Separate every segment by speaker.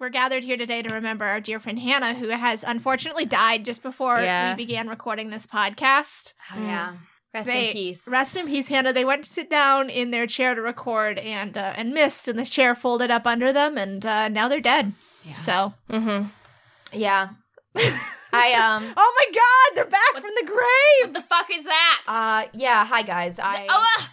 Speaker 1: we're gathered here today to remember our dear friend Hannah, who has unfortunately died just before
Speaker 2: Yeah.
Speaker 1: we began recording this podcast.
Speaker 3: Oh
Speaker 4: Mm.
Speaker 3: yeah. Rest
Speaker 1: They-
Speaker 3: in peace.
Speaker 1: Rest in peace, Hannah. They went to sit down in their chair to record and uh, and missed, and the chair folded up under them, and uh, now they're dead.
Speaker 3: Yeah.
Speaker 1: So,
Speaker 2: Mm-hmm.
Speaker 3: Yeah. I um.
Speaker 1: oh my God, they're back
Speaker 3: What-
Speaker 1: from the grave.
Speaker 4: What the fuck is that?
Speaker 3: Uh. Yeah. Hi guys. I.
Speaker 4: oh, uh,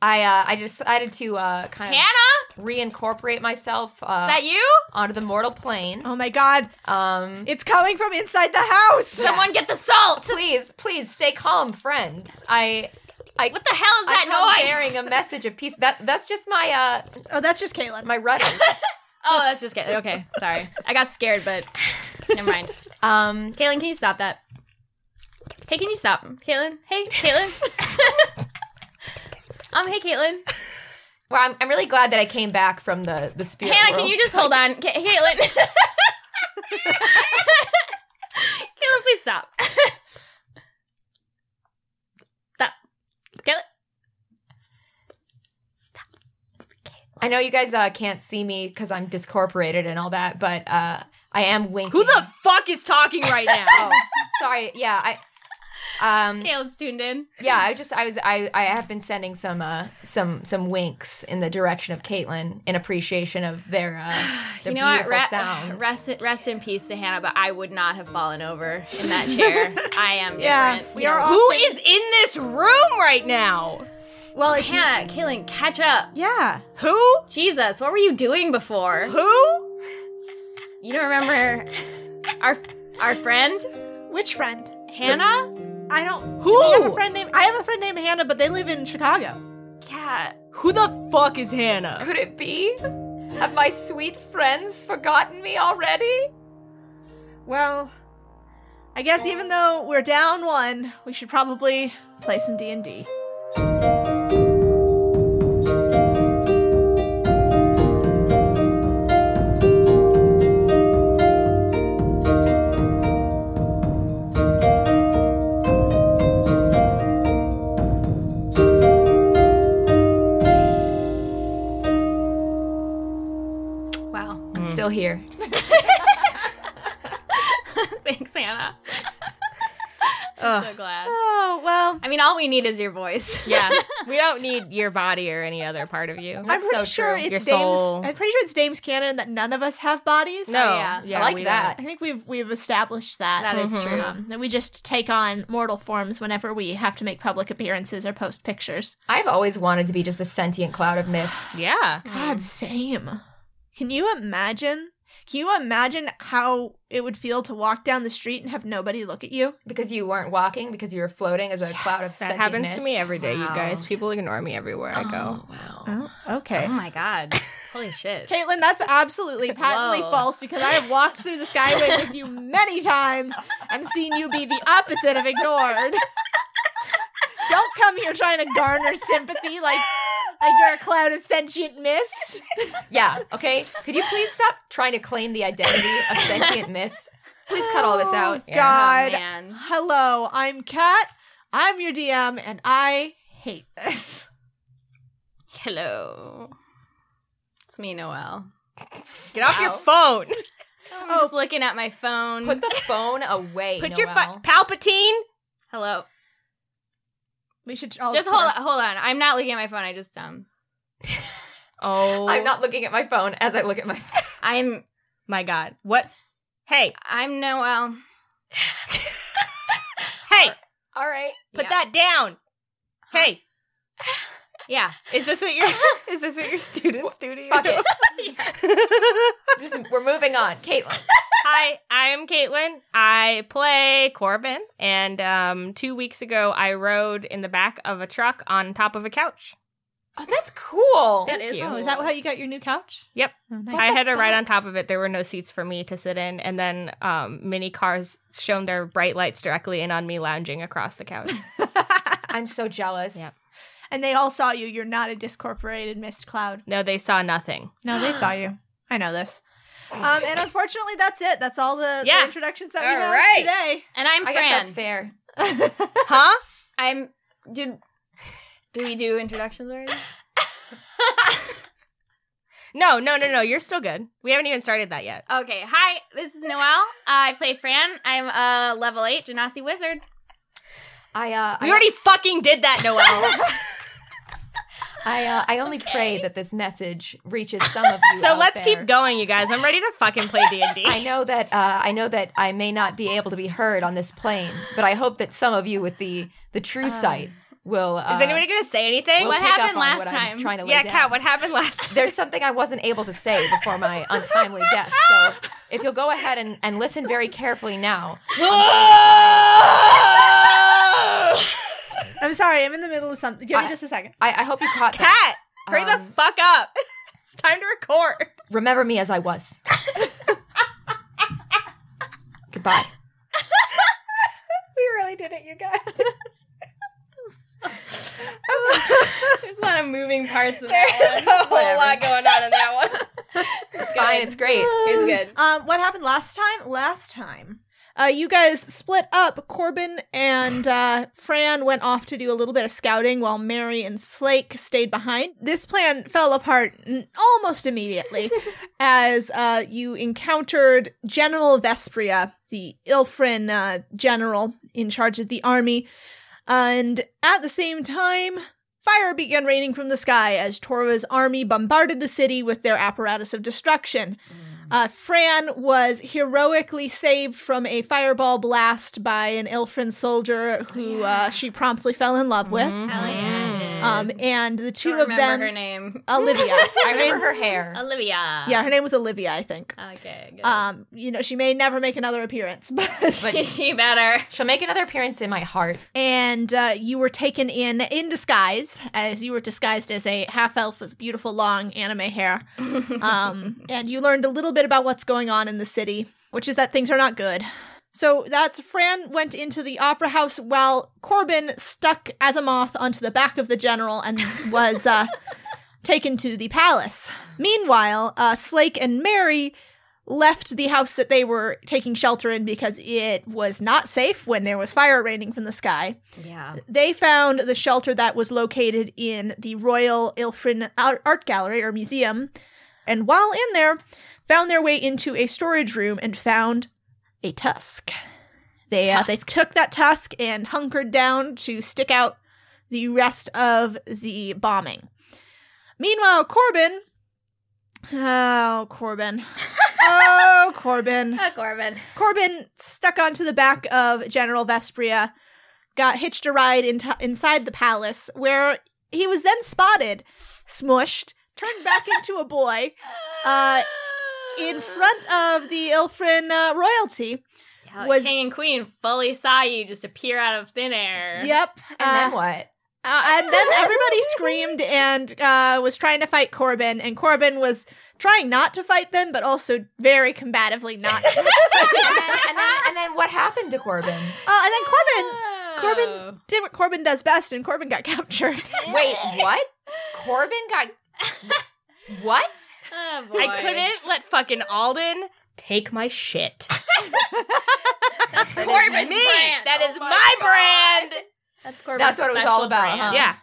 Speaker 3: I. Uh, I decided to uh kind
Speaker 4: Hannah,
Speaker 3: of
Speaker 4: is
Speaker 3: reincorporate myself uh,
Speaker 4: that you?
Speaker 3: onto the mortal plane.
Speaker 1: Oh my God,
Speaker 3: Um.
Speaker 1: it's coming from inside the house.
Speaker 4: Someone
Speaker 3: yes.
Speaker 4: get the salt.
Speaker 3: Please, please stay calm, friends. I. I.
Speaker 4: What the hell is
Speaker 3: I
Speaker 4: that
Speaker 3: come
Speaker 4: noise?
Speaker 3: bearing a message of peace. That that's just my uh
Speaker 1: Oh, that's just Caitlin.
Speaker 3: my rudder.
Speaker 4: oh, that's just kidding. Okay, sorry. I got scared, but never mind.
Speaker 3: um,
Speaker 4: Caitlin, can you stop that? Hey, can you stop? Caitlin? Hey, Caitlin? um, hey, Caitlin.
Speaker 3: well, I'm, I'm really glad that I came back from the the spirit.
Speaker 4: Hannah, can
Speaker 3: world.
Speaker 4: you just hold on? Ca- Caitlin. Caitlin, please stop. stop. Caitlin.
Speaker 3: I know you guys uh, can't see me because I'm discorporated and all that, but uh, I am winking.
Speaker 2: Who the fuck is talking right now?
Speaker 3: oh, sorry. Yeah, I. Um.
Speaker 4: Caitlin's tuned in.
Speaker 3: Yeah, I just I was I I have been sending some uh some some winks in the direction of Caitlin in appreciation of their uh their
Speaker 4: you know what?
Speaker 3: beautiful
Speaker 4: Re-
Speaker 3: sounds.
Speaker 4: Rest, in- rest in peace to Hannah, but I would not have fallen over in that chair. I am
Speaker 1: Yeah,
Speaker 4: different.
Speaker 1: we
Speaker 4: you
Speaker 1: are
Speaker 4: know.
Speaker 1: all-
Speaker 2: Who is in this room right now?
Speaker 4: Well, it's Hannah, Caitlin, catch up.
Speaker 1: yeah.
Speaker 2: Who?
Speaker 4: Jesus, what were you doing before?
Speaker 2: Who?
Speaker 4: You don't remember our our friend
Speaker 1: Which friend?
Speaker 4: Hannah?
Speaker 1: I don't. I have a
Speaker 2: Who?
Speaker 1: friend named. I have a friend named Hannah, but they live in Chicago.
Speaker 4: Yeah.
Speaker 2: Who the fuck is Hannah?
Speaker 3: Could it be? Have my sweet friends forgotten me already?
Speaker 1: Well, I guess even though we're down one, we should probably play some D and D.
Speaker 4: Wow.
Speaker 2: Mm.
Speaker 3: I'm still here.
Speaker 4: Thanks, Hannah. I'm
Speaker 2: Ugh.
Speaker 4: so glad.
Speaker 1: Oh well.
Speaker 4: I mean, all we need is your voice.
Speaker 2: Yeah, we don't need your body or any other part of you.
Speaker 1: I'm
Speaker 3: That's
Speaker 1: pretty
Speaker 3: so
Speaker 1: sure
Speaker 3: true.
Speaker 1: it's
Speaker 2: Your
Speaker 1: Dame's.
Speaker 2: soul.
Speaker 1: I'm pretty sure it's Dame's canon that none of us have bodies.
Speaker 2: No,
Speaker 4: yeah.
Speaker 2: yeah,
Speaker 3: Oh, I like
Speaker 2: we
Speaker 3: that.
Speaker 1: I think we've we've established that.
Speaker 4: That is
Speaker 2: Mhm.
Speaker 4: true.
Speaker 1: Um, that we just take on mortal forms whenever we have to make public appearances or post pictures.
Speaker 3: I've always wanted to be just a sentient cloud of mist.
Speaker 2: don't. Yeah,
Speaker 1: God, same. Mm. Can you imagine? Can you imagine how it would feel to walk down the street and have nobody look at you?
Speaker 3: Because you weren't walking, because you were floating as a cloud of
Speaker 2: that
Speaker 3: sentient
Speaker 2: happens
Speaker 3: mist.
Speaker 2: to me every day. You
Speaker 4: Wow.
Speaker 2: guys, people ignore me everywhere I go.
Speaker 3: Oh, wow.
Speaker 1: Oh, okay.
Speaker 4: Oh my god. Holy shit.
Speaker 1: Caitlin, that's absolutely patently
Speaker 4: Whoa.
Speaker 1: false because I have walked through the skyway with you many times and seen you be the opposite of ignored. Don't come here trying to garner sympathy like like you're a cloud of sentient mist.
Speaker 3: Yeah. Okay. Could you please stop trying to claim the identity of sentient mist? Please cut all this out.
Speaker 1: Oh, God.
Speaker 4: Oh, man.
Speaker 1: Hello, I'm Kat. I'm your DM and I hate this.
Speaker 4: Hello. It's me, Noelle.
Speaker 2: Get off your phone.
Speaker 4: I'm
Speaker 1: Oh.
Speaker 4: just looking at my phone.
Speaker 3: Put the phone away.
Speaker 2: Put your
Speaker 3: Noelle.
Speaker 2: fu- Palpatine.
Speaker 4: Hello.
Speaker 1: We should all
Speaker 4: Just hold on, hold on. I'm not looking at my phone. I just um
Speaker 2: Oh,
Speaker 3: I'm not looking at my phone as I look at my phone.
Speaker 4: I'm
Speaker 2: My God, what? Hey,
Speaker 4: I'm Noelle.
Speaker 2: hey,
Speaker 3: All right.
Speaker 2: put
Speaker 4: Yeah.
Speaker 2: that down. Hey,
Speaker 4: Yeah.
Speaker 2: is this what your is this what your students do to you?
Speaker 3: Fuck it. Just, we're moving on. Caitlin.
Speaker 2: Hi, I'm Caitlin. I play Corbin, and um, two weeks ago I rode in the back of a truck on top of a couch.
Speaker 3: Oh, that's cool.
Speaker 2: That is
Speaker 1: Oh, is that how you got your new couch?
Speaker 2: Yep.
Speaker 1: Oh, nice.
Speaker 2: I had to ride on top of it. There were no seats for me to sit in, and then um, mini cars shone their bright lights directly in on me, lounging across the couch.
Speaker 3: I'm so jealous.
Speaker 2: Yep.
Speaker 1: and they all saw you. You're not a discorporated mist cloud.
Speaker 2: no, they saw nothing.
Speaker 1: No, they saw you. I know this. Um, and unfortunately, that's it. That's all the, the
Speaker 2: Yeah.
Speaker 1: introductions that
Speaker 2: All right.
Speaker 1: we have
Speaker 4: And I'm
Speaker 3: I
Speaker 4: Fran.
Speaker 3: guess that's fair.
Speaker 1: today.
Speaker 2: Huh?
Speaker 4: I'm did do we do introductions already?
Speaker 2: No, no, no, no. You're still good. We haven't even started that yet.
Speaker 4: Okay, hi, this is Noelle. I play Fran. I'm a level 8 Genasi wizard.
Speaker 3: I uh,
Speaker 2: We
Speaker 3: I,
Speaker 2: already fucking did that, Noelle.
Speaker 3: I, uh, I only pray that this message reaches some of you.
Speaker 2: so
Speaker 3: out
Speaker 2: let's
Speaker 3: there.
Speaker 2: keep going, you guys. I'm ready to fucking play D and
Speaker 3: I know that uh, I know that I may not be able to be heard on this plane, but I hope that some of you with the the true sight will. Uh,
Speaker 2: Uh. Is anybody gonna say anything?
Speaker 3: will
Speaker 4: What
Speaker 3: pick up
Speaker 4: happened
Speaker 3: on
Speaker 4: last
Speaker 3: what
Speaker 4: time?
Speaker 3: I'm trying to lay
Speaker 2: yeah,
Speaker 3: down.
Speaker 2: Kat. What happened last?
Speaker 3: There's something I wasn't able to say before my untimely death. So if you'll go ahead and, and listen very carefully now,
Speaker 1: I'm sorry, I'm in the middle of something. Give me
Speaker 3: I-
Speaker 1: just a second.
Speaker 3: I, I hope you caught that.
Speaker 2: Kat, hurry the
Speaker 3: Um,
Speaker 2: fuck up. It's time to record.
Speaker 3: Remember me as I was. Goodbye.
Speaker 1: We really did it, you guys.
Speaker 4: There's a lot of moving parts in
Speaker 2: There's
Speaker 4: that
Speaker 2: a
Speaker 4: one.
Speaker 2: whole lot going on in that one.
Speaker 3: It's fine. It's great.
Speaker 4: It's good.
Speaker 1: Um, what happened last time? Last time, uh, you guys split up. Corbin and uh, Fran went off to do a little bit of scouting, while Mary and Slake stayed behind. This plan fell apart n- almost immediately as uh, you encountered General Vespria, the Ilfrin uh, general in charge of the army, and at the same time. Fire began raining from the sky as Torva's army bombarded the city with their apparatus of destruction. Uh, Fran was heroically saved from a fireball blast by an Ilfrin soldier who uh, she promptly fell in love with.
Speaker 3: Mm.
Speaker 4: Hell yeah.
Speaker 1: Um, and the two
Speaker 4: Don't
Speaker 1: of
Speaker 4: remember
Speaker 1: them,
Speaker 4: her name.
Speaker 1: Olivia.
Speaker 3: I remember her hair.
Speaker 4: Olivia.
Speaker 1: yeah, her name was Olivia, I think.
Speaker 4: Okay, good.
Speaker 1: Um, you know, she may never make another appearance, but
Speaker 3: Uh, But
Speaker 4: she better.
Speaker 3: she'll make another appearance in my heart.
Speaker 1: and uh, you were taken in in disguise as you were disguised as a half elf with beautiful long anime hair. Um, and you learned a little bit about what's going on in the city, which is that things are not good. So that's Fran went into the opera house while Corbin stuck as a moth onto the back of the general and was uh, taken to the palace. Meanwhile, uh, Slake and Mary left the house that they were taking shelter in because it was not safe when there was fire raining from the sky.
Speaker 4: Yeah.
Speaker 1: They found the shelter that was located in the Royal Ilfrin Ar- Art Gallery or Museum, and while in there, found their way into a storage room and found a tusk. They uh, they
Speaker 3: Tusk.
Speaker 1: took that tusk and hunkered down to stick out the rest of the bombing. Meanwhile, Corbin. Oh, Corbin. oh, Corbin.
Speaker 4: Oh, Corbin.
Speaker 1: Corbin stuck onto the back of General Vespria, got hitched a ride into inside the palace, where he was then spotted, smushed, turned back into a boy Uh, in
Speaker 4: Uh,
Speaker 1: front of the Ilfrin uh, royalty.
Speaker 4: Yeah,
Speaker 1: was-
Speaker 4: King and Queen fully saw you just appear out of thin air.
Speaker 1: Yep.
Speaker 3: And
Speaker 1: uh,
Speaker 3: then what?
Speaker 1: Uh, and then everybody screamed and uh, was trying to fight Corbin, and Corbin was trying not to fight them, but also very combatively not. uh, and
Speaker 3: and, then, and, then, and then what happened to Corbin?
Speaker 1: Uh, then Corbin
Speaker 4: Oh.
Speaker 1: Corbin- did what Corbin does best, and Corbin got captured.
Speaker 3: Wait, what? Corbin got what?
Speaker 4: Oh, boy.
Speaker 2: I couldn't let fucking Alden take my shit.
Speaker 4: That's
Speaker 2: me.
Speaker 4: Corbin's brand.
Speaker 2: That
Speaker 4: Oh
Speaker 2: is my,
Speaker 4: God.
Speaker 2: brand.
Speaker 4: That's Corbin's
Speaker 3: That's what it was
Speaker 4: special
Speaker 3: all about,
Speaker 4: brand.
Speaker 3: huh?
Speaker 2: Yeah.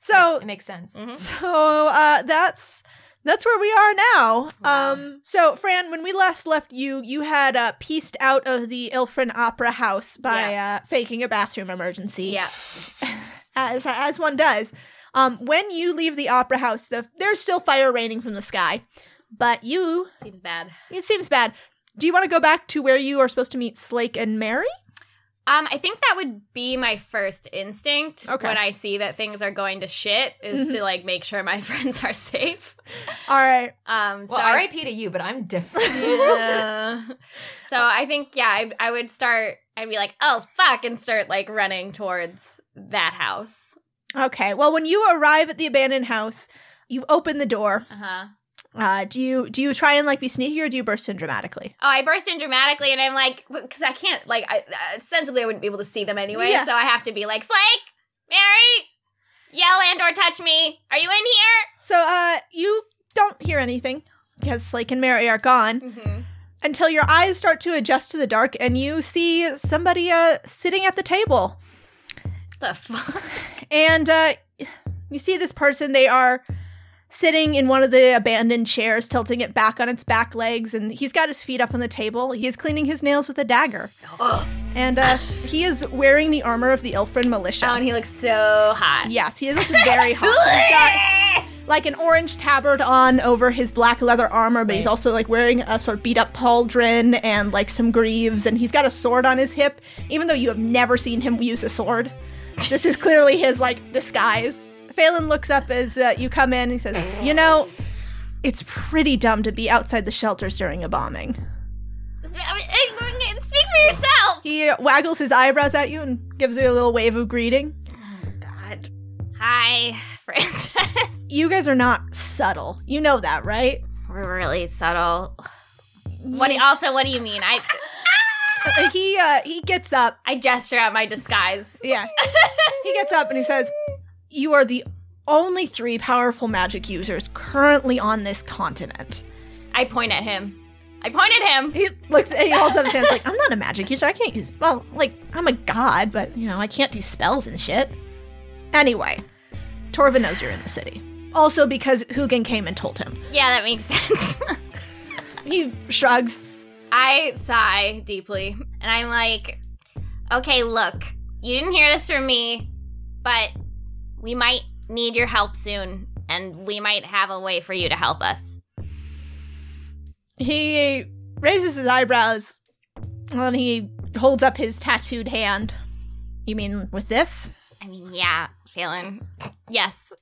Speaker 1: So
Speaker 3: It makes sense.
Speaker 1: Mm-hmm.
Speaker 2: Mhm.
Speaker 1: So uh, that's that's where we are now. Um, so Fran, when we last left you, you had uh, pieced out of the Ilfrin Opera House by uh, faking a bathroom emergency,
Speaker 4: Yeah.
Speaker 1: as as one does. Um, when you leave the opera house, the, there's still fire raining from the sky, but you
Speaker 4: Seems bad.
Speaker 1: it seems bad. Do you want to go back to where you are supposed to meet Slake and Mary?
Speaker 4: Um, I think that would be my first instinct
Speaker 1: Okay.
Speaker 4: when I see that things are going to shit is to like make sure my friends are safe.
Speaker 1: All right.
Speaker 4: Um,
Speaker 3: Well,
Speaker 4: so I-
Speaker 3: R.I.P. to you, but I'm different.
Speaker 4: Yeah. so I think yeah, I, I would start. I'd be like, oh fuck, and start like running towards that house.
Speaker 1: Okay. Well, when you arrive at the abandoned house, you open the door.
Speaker 4: Uh
Speaker 3: Uh-huh.
Speaker 4: huh.
Speaker 1: Uh, do you do you try and like be sneaky or do you burst in dramatically?
Speaker 4: Oh, I burst in dramatically, and I'm like, because I can't like I, uh, sensibly, I wouldn't be able to see them anyway.
Speaker 1: Yeah.
Speaker 4: So I have to be like, Slake, Mary, yell and or touch me. Are you in
Speaker 1: So uh, you don't hear anything because Slake and Mary are gone
Speaker 4: here? Mm-hmm.
Speaker 1: until your eyes start to adjust to the dark and you see somebody uh sitting at the table
Speaker 4: The fuck.
Speaker 1: and uh, you see this person. They are sitting in one of the abandoned chairs, tilting it back on its back legs, and he's got his feet up on the table. He is cleaning his nails with a dagger. and uh, he is wearing the armor of the Ilfrin militia.
Speaker 4: Oh, and he looks so hot.
Speaker 1: Yes, he looks very hot. He's got like an orange tabard on over his black leather armor, but he's also like wearing a sort of beat up pauldron and like some greaves, and he's got a sword on his hip, even though you have never seen him use a sword. This is clearly his like disguise. Phelan looks up as uh, you come in and he says, You know, it's pretty dumb to be outside the shelters during a bombing.
Speaker 4: Speak for yourself.
Speaker 1: He waggles his eyebrows at you and gives you a little wave of greeting.
Speaker 4: God. Hi, Frances.
Speaker 1: You guys are not subtle. You know that, right?
Speaker 4: We're really subtle. What? Do, also, what do you mean? I
Speaker 1: Uh, he uh, he gets up.
Speaker 4: I gesture at my disguise.
Speaker 1: Yeah, he gets up and he says, "You are the only three powerful magic users currently on this continent."
Speaker 4: I point at him. I point at him.
Speaker 1: He looks and he holds up his hands like, "I'm not a magic user. I can't use. Well, like I'm a god, but you know I can't do spells and shit." Anyway, Torva knows you're in the city. Also, because Hugin came and told him.
Speaker 4: Yeah, that makes sense.
Speaker 1: He shrugs.
Speaker 4: I sigh deeply and I'm like, okay, look, you didn't hear this from me, but we might need your help soon and we might have a way for you to help us.
Speaker 1: He raises his eyebrows and he holds up his tattooed hand. You mean with this?
Speaker 4: I mean, yeah, Phelan. Yes.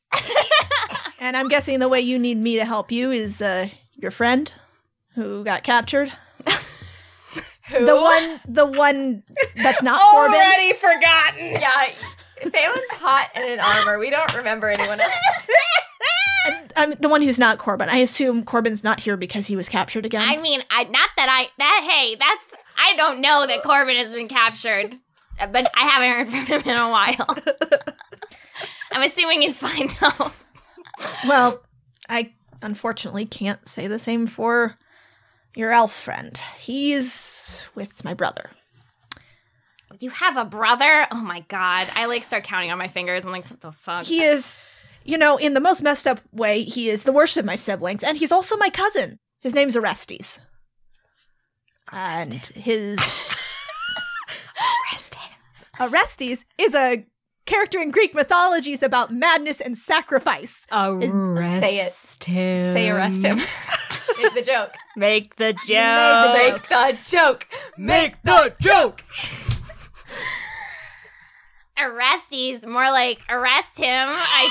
Speaker 1: And I'm guessing the way you need me to help you is uh, your friend who got captured.
Speaker 3: Who?
Speaker 1: The one, the one that's not
Speaker 2: Oh
Speaker 1: Corbin.
Speaker 2: Already forgotten.
Speaker 3: Yeah. Phelan's hot and in armor. We don't remember anyone else.
Speaker 1: I'm the one who's not Corbin. I assume Corbin's not here because he was captured again.
Speaker 4: I mean, I not that I that hey, that's I don't know that Corbin has been captured, but I haven't heard from him in a while. I'm assuming he's fine though.
Speaker 1: well, I unfortunately can't say the same for your elf friend. He's with my brother.
Speaker 4: You have a brother? Oh my god. I like start counting on my fingers. I'm like, what the fuck?
Speaker 1: He is, you know, in the most messed up way, he is the worst of my siblings, and he's also my cousin. His name's Orestes. And his
Speaker 4: Arrest him.
Speaker 1: Orestes is a character in Greek mythologies about madness and sacrifice.
Speaker 3: Arrest
Speaker 2: him.
Speaker 3: Say arrest him. Make the joke.
Speaker 2: Make the joke.
Speaker 3: Make the joke.
Speaker 2: Make the joke.
Speaker 4: Arresties, more like arrest him, I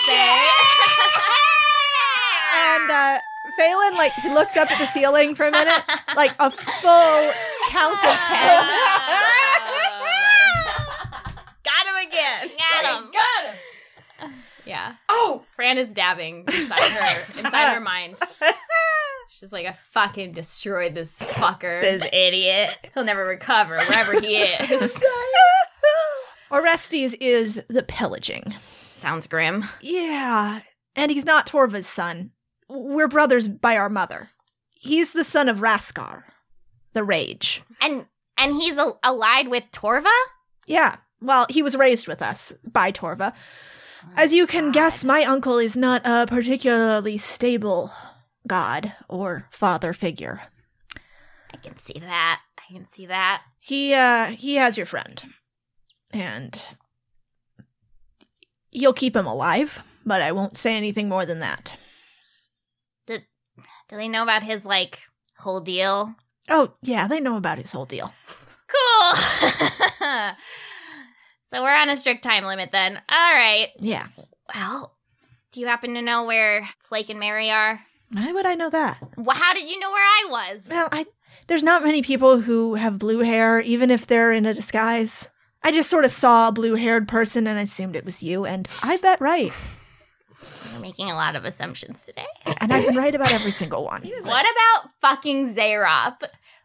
Speaker 1: And uh, Phelan, like, he looks up at the ceiling for a minute, like a full count of
Speaker 4: say.
Speaker 1: ten.
Speaker 2: Got him again.
Speaker 4: Got him.
Speaker 3: Got him.
Speaker 4: Yeah.
Speaker 2: Oh,
Speaker 4: Fran is dabbing inside her inside her mind. She's like, I fucking destroyed this fucker.
Speaker 2: this idiot.
Speaker 4: He'll never recover wherever he is.
Speaker 1: Orestes is the pillaging.
Speaker 4: Sounds grim.
Speaker 1: Yeah, and he's not Torva's son. We're brothers by our mother. He's the son of Raskar, the Rage.
Speaker 4: And and he's al- allied with Torva?
Speaker 1: Yeah. Well, he was raised with us by Torva. As you can guess, my uncle is not a particularly stable god or father figure.
Speaker 4: I can see that. I can see that.
Speaker 1: He uh he has your friend. And you'll keep him alive, but I won't say anything more than that.
Speaker 4: Do they know about his like whole deal?
Speaker 1: Oh, yeah, they know about his whole deal.
Speaker 4: Cool. so we're on a strict time limit then. All right.
Speaker 1: Yeah.
Speaker 4: Well, do you happen to know where Slake and Mary are?
Speaker 1: Why would I know that?
Speaker 4: Well, how did you know where I was?
Speaker 1: Well, I there's not many people who have blue hair, even if they're in a disguise. I just sort of saw a blue-haired person and I assumed it was you, and I bet right.
Speaker 4: You're making a lot of assumptions today.
Speaker 1: And I've been right about every single one.
Speaker 4: What about fucking Zaroth?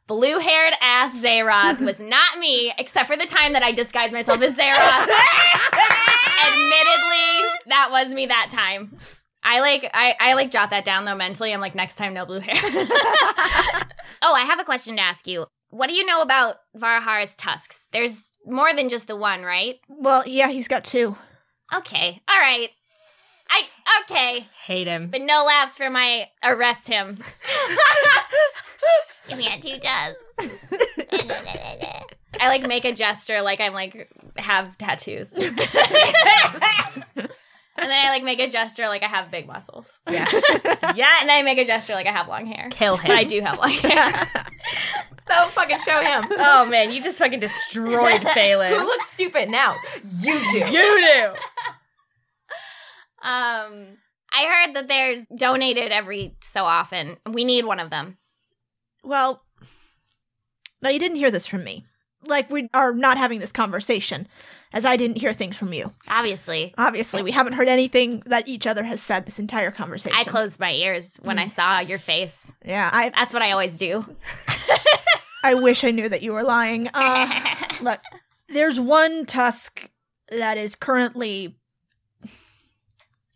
Speaker 4: Blue haired ass Zaroth was not me, except for the time that I disguised myself as Zaroth. Admittedly, that was me that time. I like I, I like jot that down though mentally. I'm like, next time no blue hair. oh, I have a question to ask you. What do you know about Varhar's tusks? There's more than just the one, right?
Speaker 1: Well, yeah, he's got two.
Speaker 4: Okay. All right. I okay,
Speaker 2: Hate him.
Speaker 4: but no laughs for my arrest him. Give me a two tusks. I like make a gesture like I'm like have tattoos. and then I like make a gesture like I have big muscles.
Speaker 3: Yeah.
Speaker 2: Yes.
Speaker 4: And I make a gesture like I have long hair.
Speaker 2: kill
Speaker 4: But I
Speaker 2: him.
Speaker 4: do have long hair.
Speaker 3: Don't fucking show him.
Speaker 2: Oh man, you just fucking destroyed
Speaker 3: Who
Speaker 2: Phelan.
Speaker 3: looks stupid now? You do.
Speaker 2: you do.
Speaker 4: Um I heard that there's donated every so often. We need one of them.
Speaker 1: Well, now you didn't hear this from me. Like, we are not having this conversation, as I didn't hear things from you.
Speaker 4: Obviously.
Speaker 1: Obviously, we haven't heard anything that each other has said this entire conversation.
Speaker 4: I closed my ears when I saw your face.
Speaker 1: Yeah, I,
Speaker 4: That's what I always do.
Speaker 1: I wish I knew that you were lying. Uh, look, there's one tusk that is currently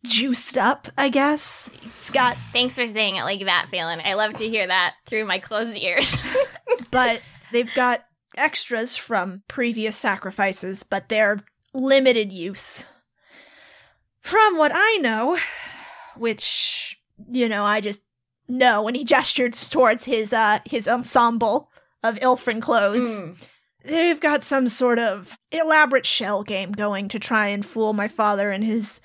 Speaker 1: juiced up, I guess. It's got,
Speaker 4: Thanks for saying it like that, Phelan. I love to hear that through my closed ears.
Speaker 1: but they've got extras from previous sacrifices, but they're limited use. From what I know, which, you know, I just know, and he gestured towards his uh his ensemble of Ilfrin clothes.
Speaker 4: Mm.
Speaker 1: They've got some sort of elaborate shell game going to try and fool my father and his,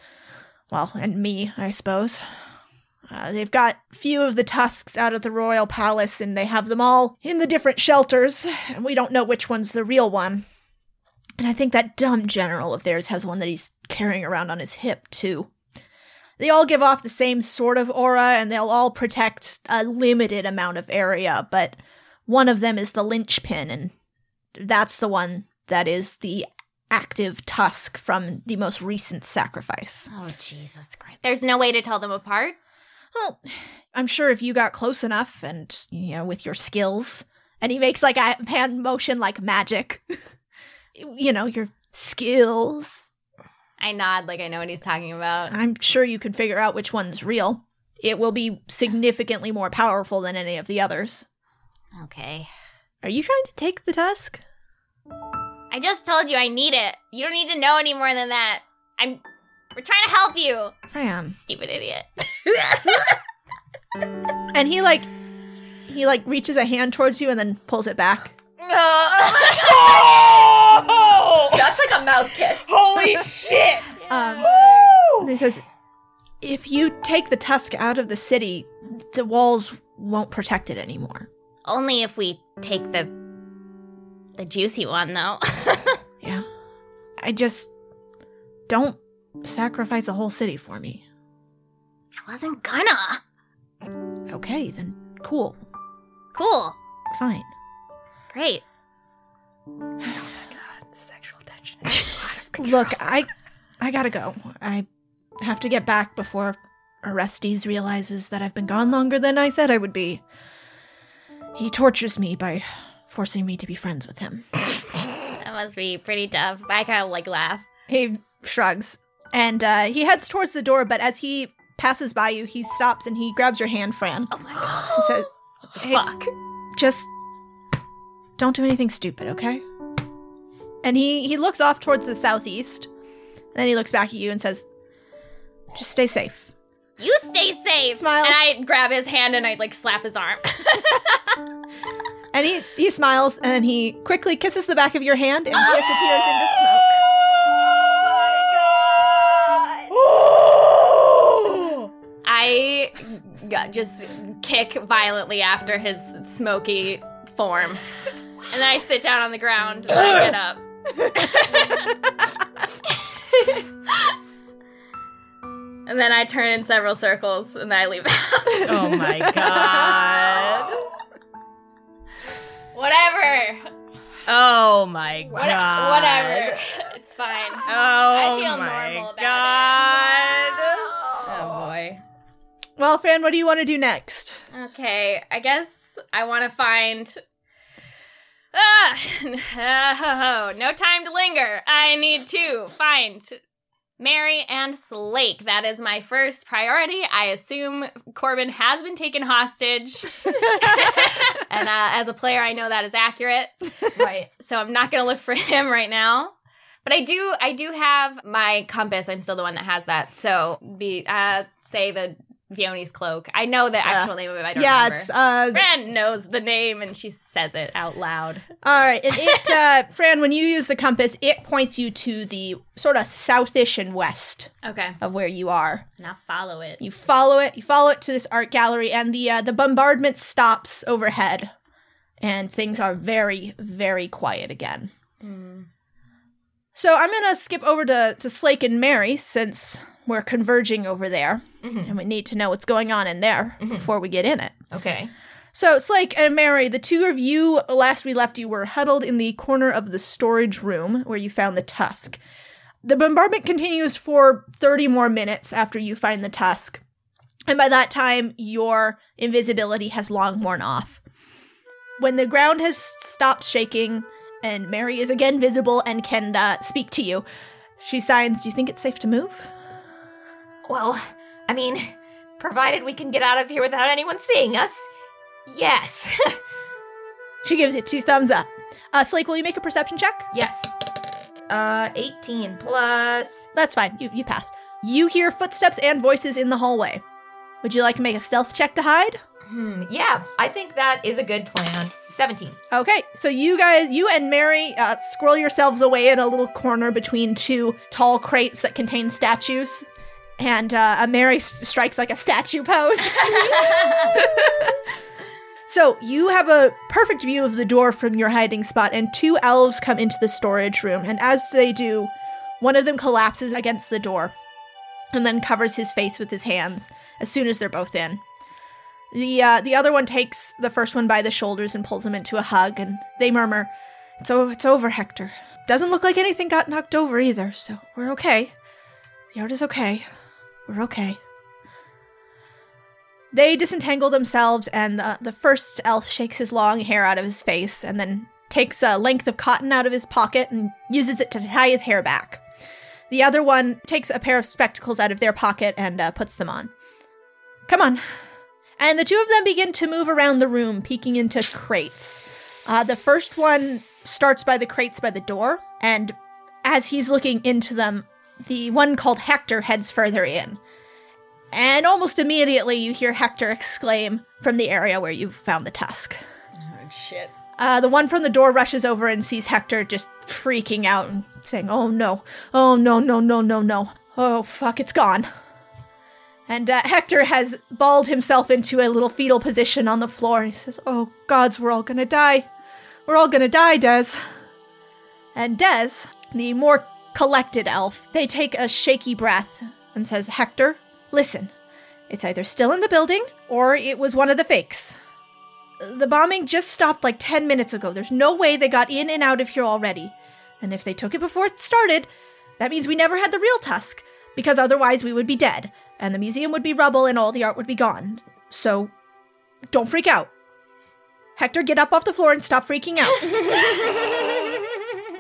Speaker 1: well, and me, I suppose. Uh, they've got few of the tusks out of the royal palace, and they have them all in the different shelters, and we don't know which one's the real one. And I think that dumb general of theirs has one that he's carrying around on his hip, too. They all give off the same sort of aura, and they'll all protect a limited amount of area, but one of them is the linchpin, and that's the one that is the active tusk from the most recent sacrifice.
Speaker 4: Oh, Jesus Christ. There's no way to tell them apart.
Speaker 1: Well, I'm sure if you got close enough and, you know, with your skills, and he makes like a hand motion like magic, you know, your skills,
Speaker 4: I nod like I know what he's talking about.
Speaker 1: I'm sure you can figure out which one's real. It will be significantly more powerful than any of the others.
Speaker 4: Okay.
Speaker 1: Are you trying to take the tusk?
Speaker 4: I just told you I need it. You don't need to know any more than that. I'm. We're trying to help you,
Speaker 1: I am.
Speaker 4: stupid idiot.
Speaker 1: And he like, he like reaches a hand towards you and then pulls it back.
Speaker 4: No.
Speaker 2: Oh!
Speaker 3: That's like a mouth kiss.
Speaker 2: Holy shit!
Speaker 1: Um, And he says, if you take the tusk out of the city, the walls won't protect it anymore.
Speaker 4: Only if we take the the juicy one, though.
Speaker 1: Yeah. I just don't sacrifice a whole city for me.
Speaker 4: I wasn't gonna.
Speaker 1: Okay, then cool.
Speaker 4: Cool.
Speaker 1: Fine.
Speaker 4: Great.
Speaker 3: Sexual tension.
Speaker 1: Look, I I gotta go. I have to get back before Orestes realizes that I've been gone longer than I said I would be. He tortures me by forcing me to be friends with him.
Speaker 4: That must be pretty tough. I kind of like laugh.
Speaker 1: He shrugs and uh, he heads towards the door, but as he passes by you, he stops and he grabs your hand, Fran.
Speaker 4: Oh my god.
Speaker 1: He says,
Speaker 4: Fuck.
Speaker 1: Just don't do anything stupid, okay? And he, he looks off towards the southeast. And then he looks back at you and says, Just stay safe.
Speaker 4: You stay safe.
Speaker 1: Smiles.
Speaker 4: And I grab his hand and I like slap his arm.
Speaker 1: And he, he smiles and then he quickly kisses the back of your hand and disappears into smoke.
Speaker 4: I got, just kick violently after his smoky form. And then I sit down on the ground and I get up. and then I turn in several circles and then I leave the house.
Speaker 2: Oh my god.
Speaker 4: Whatever.
Speaker 2: Oh my god.
Speaker 4: What- whatever. It's fine.
Speaker 2: Oh
Speaker 4: feel
Speaker 2: my
Speaker 4: normal about it.
Speaker 2: god.
Speaker 4: Oh boy.
Speaker 1: Well, Fran, what do you want to do next?
Speaker 4: Okay, I guess I want to find. Ah, no time to linger. I need to find Mary and Slake. That is my first priority. I assume Corbin has been taken hostage. and uh, as a player, I know that is accurate.
Speaker 3: Right.
Speaker 4: So I'm not going to look for him right now. But I do I do have my compass. I'm still the one that has that. So be uh say the Vioni's cloak. I know the actual name of it. I don't
Speaker 1: yeah,
Speaker 4: remember.
Speaker 1: it's uh,
Speaker 4: Fran knows the name and she says it out loud.
Speaker 1: All right, and it, uh, Fran, when you use the compass, it points you to the sort of southish and west
Speaker 4: Okay.
Speaker 1: of where you are.
Speaker 4: And I'll follow it.
Speaker 1: You follow it. You follow it to this art gallery, and the uh, the bombardment stops overhead, and things are very, very quiet again. So I'm gonna skip over to to Slake and Mary since we're converging over there, and we need to know what's going on in there before we get in it.
Speaker 3: Okay.
Speaker 1: So, Slake and Mary, the two of you, last we left you, were huddled in the corner of the storage room where you found the tusk. The bombardment continues for 30 more minutes after you find the tusk. And by that time, your invisibility has long worn off. When the ground has stopped shaking and Mary is again visible and can uh, speak to you, she signs, Do you think it's safe to move?
Speaker 3: Well, I mean, provided we can get out of here without anyone seeing us. Yes.
Speaker 1: She gives it two thumbs up. Uh, Slake, will you make a perception check?
Speaker 3: yes. Uh, 18 plus.
Speaker 1: That's fine. You you pass. You hear footsteps and voices in the hallway. Would you like to make a stealth check to hide?
Speaker 3: Hmm, yeah, I think that is a good plan. 17.
Speaker 1: Okay, so you guys, you and Mary, uh, squirrel yourselves away in a little corner between two tall crates that contain statues, and uh, uh, Mary s- strikes like a statue pose. so you have a perfect view of the door from your hiding spot, and two elves come into the storage room, and as they do, one of them collapses against the door, and then covers his face with his hands as soon as they're both in. The uh, the other one takes the first one by the shoulders and pulls him into a hug, and they murmur, "It's o- it's over, Hector. Doesn't look like anything got knocked over either, so we're okay. Yard is okay. We're okay." They disentangle themselves, and uh, the, the first elf shakes his long hair out of his face, and then takes a length of cotton out of his pocket and uses it to tie his hair back. The other one takes a pair of spectacles out of their pocket and uh, puts them on. Come on, and the two of them begin to move around the room, peeking into crates. Uh, the first one starts by the crates by the door, and as he's looking into them, the one called Hector heads further in. And almost immediately, you hear Hector exclaim from the area where you found the tusk.
Speaker 4: Shit.
Speaker 1: Uh, the one from the door rushes over and sees Hector just freaking out and saying, Oh no, oh no, no, no, no, no. Oh fuck, it's gone. And uh, Hector has balled himself into a little fetal position on the floor and he says, Oh gods, we're all gonna die. We're all gonna die, Des. And Des, the more collected elf, they take a shaky breath and says, Hector, listen. It's either still in the building or it was one of the fakes. The bombing just stopped like 10 minutes ago. There's no way they got in and out of here already. And if they took it before it started, that means we never had the real tusk, because otherwise we would be dead, and the museum would be rubble and all the art would be gone. So, don't freak out. Hector, get up off the floor and stop freaking out.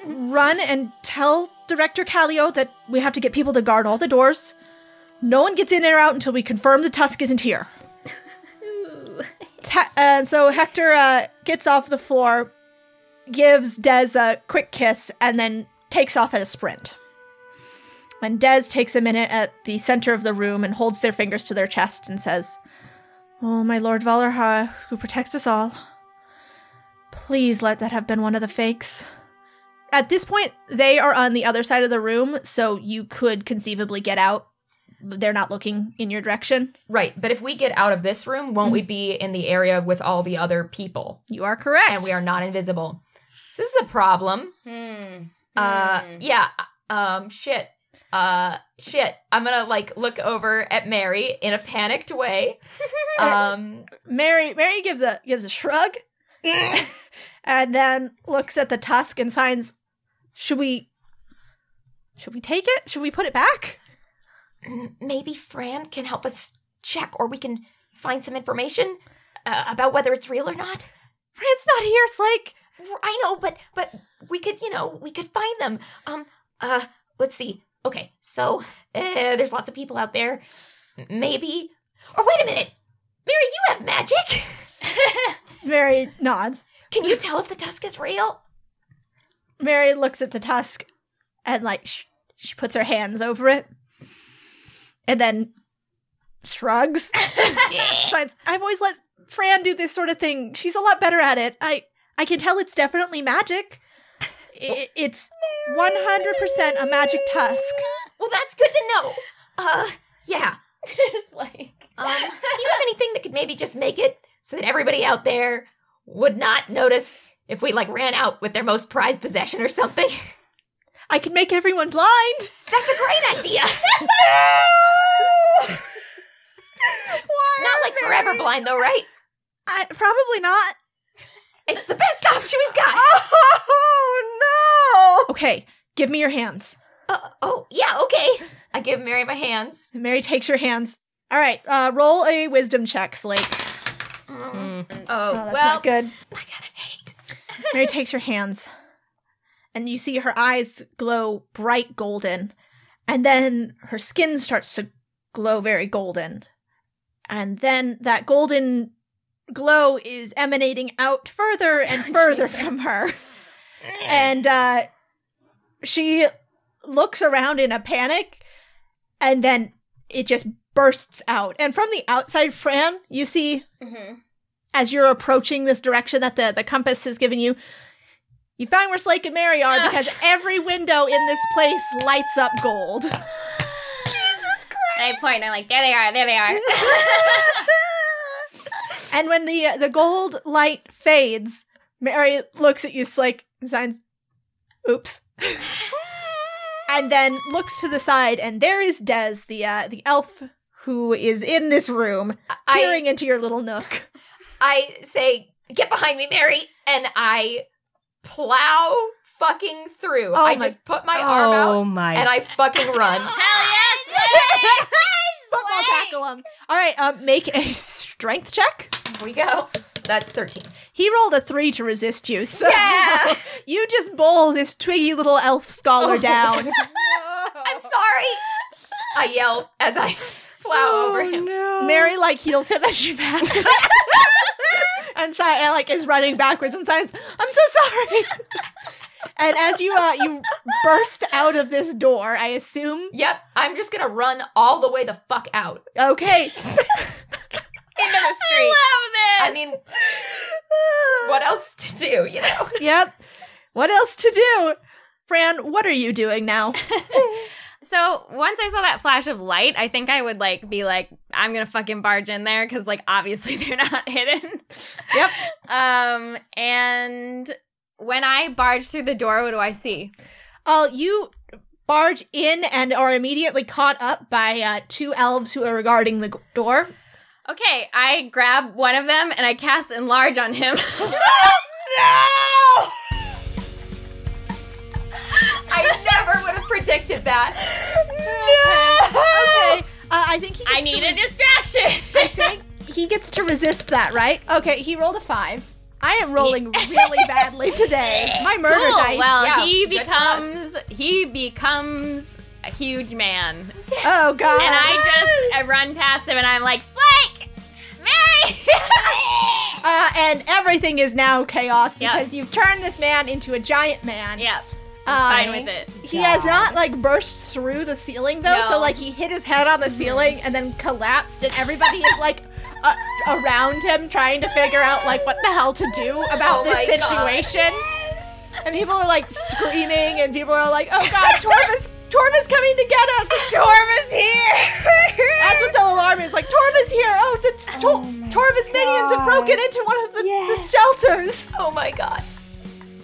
Speaker 1: Run and tell Director Callio that we have to get people to guard all the doors. No one gets in or out until we confirm the tusk isn't here. Ta- uh, so Hector uh, gets off the floor, gives Des a quick kiss, and then takes off at a sprint. And Des takes a minute at the center of the room and holds their fingers to their chest and says, "Oh, my Lord Valerha, who protects us all, please let that have been one of the fakes." At this point, they are on the other side of the room, so you could conceivably get out. but They're not looking in your direction.
Speaker 3: Right, but if we get out of this room, won't we be in the area with all the other people?
Speaker 1: You are correct.
Speaker 3: And we are not invisible. So this is a problem.
Speaker 4: Hmm.
Speaker 3: Uh,
Speaker 4: Hmm.
Speaker 3: yeah. Um, shit. Uh, shit. I'm gonna like look over at Mary in a panicked way. Um,
Speaker 1: Mary Mary gives a gives a shrug and then looks at the tusk and signs should we should we take it? Should we put it back?
Speaker 3: m- maybe Fran can help us check, or we can find some information uh, about whether it's real or not.
Speaker 1: Fran's not here, Slake.
Speaker 3: I know, but but we could, you know, we could find them. Um, uh, let's see. Okay, so uh, there's lots of people out there. M- Maybe. Or wait a minute, Mary, you have magic.
Speaker 1: Mary nods.
Speaker 3: Can you tell if the tusk is real?
Speaker 1: Mary looks at the tusk and like sh- she puts her hands over it and then shrugs. Besides, I've always let Fran do this sort of thing. She's a lot better at it. I I can tell it's definitely magic. I- it's 100% a magic tusk.
Speaker 3: Well, that's good to know. Uh, yeah.
Speaker 4: it's like
Speaker 3: Um, do you have anything that could maybe just make it so that everybody out there would not notice if we like ran out with their most prized possession or something?
Speaker 1: I can make everyone blind.
Speaker 3: That's a great idea. not like forever blind though, right?
Speaker 1: I, probably not.
Speaker 3: It's the best option we've got.
Speaker 5: Oh
Speaker 1: Okay, give me your hands.
Speaker 3: Uh, oh, yeah, okay. I give Mary my hands.
Speaker 1: Mary takes your hands. All right, uh, roll a wisdom check, Slate.
Speaker 3: Mm.
Speaker 2: Mm.
Speaker 1: Oh,
Speaker 3: Oh,
Speaker 1: that's
Speaker 3: well,
Speaker 1: not good.
Speaker 3: I got an eight.
Speaker 1: Mary takes her hands, and you see her eyes glow bright golden, and then her skin starts to glow very golden. And then that golden glow is emanating out further and further from her.
Speaker 4: Oh.
Speaker 1: And uh, she looks around in a panic, and then it just bursts out. And from the outside, Fran, you see
Speaker 4: mhm.
Speaker 1: as you're approaching this direction that the, the compass has given you, you find where Slake and Mary are
Speaker 4: Ah.
Speaker 1: because every window in this place lights up gold.
Speaker 4: And I point and I'm like, there they are, there they are.
Speaker 1: And when the the gold light fades, Mary looks at you, Slake, and signs, "Oops." and then looks to the side, and there is Des, the uh, the elf who is in this room,
Speaker 3: I,
Speaker 1: peering into your little nook.
Speaker 3: I say, get behind me, Mary, and I plow fucking through.
Speaker 1: Oh
Speaker 3: I
Speaker 1: my- oh
Speaker 3: just put Oh my arm out
Speaker 2: my!
Speaker 3: and I fucking run.
Speaker 4: Hell yes!
Speaker 1: Football tackle him. All right, um, make a strength check.
Speaker 3: Here we go. That's 13.
Speaker 1: He rolled a three to resist you, so
Speaker 3: Yeah!
Speaker 1: you just bowl this twiggy little elf
Speaker 5: Oh.
Speaker 1: scholar down.
Speaker 3: I'm sorry. I yell as I
Speaker 1: Oh,
Speaker 3: plow over him.
Speaker 1: Mary like heals him as she passes. and si- and, like is running backwards and signs, I'm so sorry. and as you uh you burst out of this door, I assume
Speaker 3: Yep, I'm just gonna run all the way the fuck out.
Speaker 1: okay.
Speaker 5: Into the street.
Speaker 3: I mean, what else to do, you know?
Speaker 1: yep. What else to do? Fran, what are you doing now?
Speaker 4: So once I saw that flash of light, I think I would like be like, I'm gonna fucking barge in there because like obviously they're not hidden.
Speaker 1: Yep.
Speaker 4: Um, and when I barge through the door, what do I see?
Speaker 1: Uh, you barge in and are immediately caught up by uh, two elves who are guarding the g- door.
Speaker 4: Okay, I grab one of them and I cast enlarge on him.
Speaker 3: I never would have predicted that.
Speaker 1: Okay. Uh, I think he gets
Speaker 4: I need
Speaker 1: to
Speaker 4: a distraction.
Speaker 1: re- he gets to resist that, right? Okay, he rolled a five. I am rolling really badly today. My murder
Speaker 4: Cool.
Speaker 1: dice.
Speaker 4: Oh, Well,
Speaker 3: Yeah,
Speaker 4: he
Speaker 3: good for
Speaker 4: becomes he becomes a huge man,
Speaker 1: oh god.
Speaker 4: and I just I run past him and I'm like, Slake, Mary.
Speaker 1: uh, and everything is now chaos
Speaker 4: Yep.
Speaker 1: because you've turned this man into a giant man.
Speaker 4: yep,
Speaker 1: Um,
Speaker 4: fine with it.
Speaker 1: He has not like burst through the ceiling though,
Speaker 4: No.
Speaker 1: so like he hit his head on the ceiling and then collapsed, and everybody is like uh, around him trying to figure out like what the hell to do about
Speaker 3: Oh
Speaker 1: this
Speaker 3: my God.
Speaker 1: situation. And people are like screaming, and people are like, "Oh God, Torva's Torva's coming to get us! Torva's here!" That's what the alarm is like. Torva's here! Oh, the Tor- Torva's minions have broken into one of the, the shelters.
Speaker 3: Oh my god.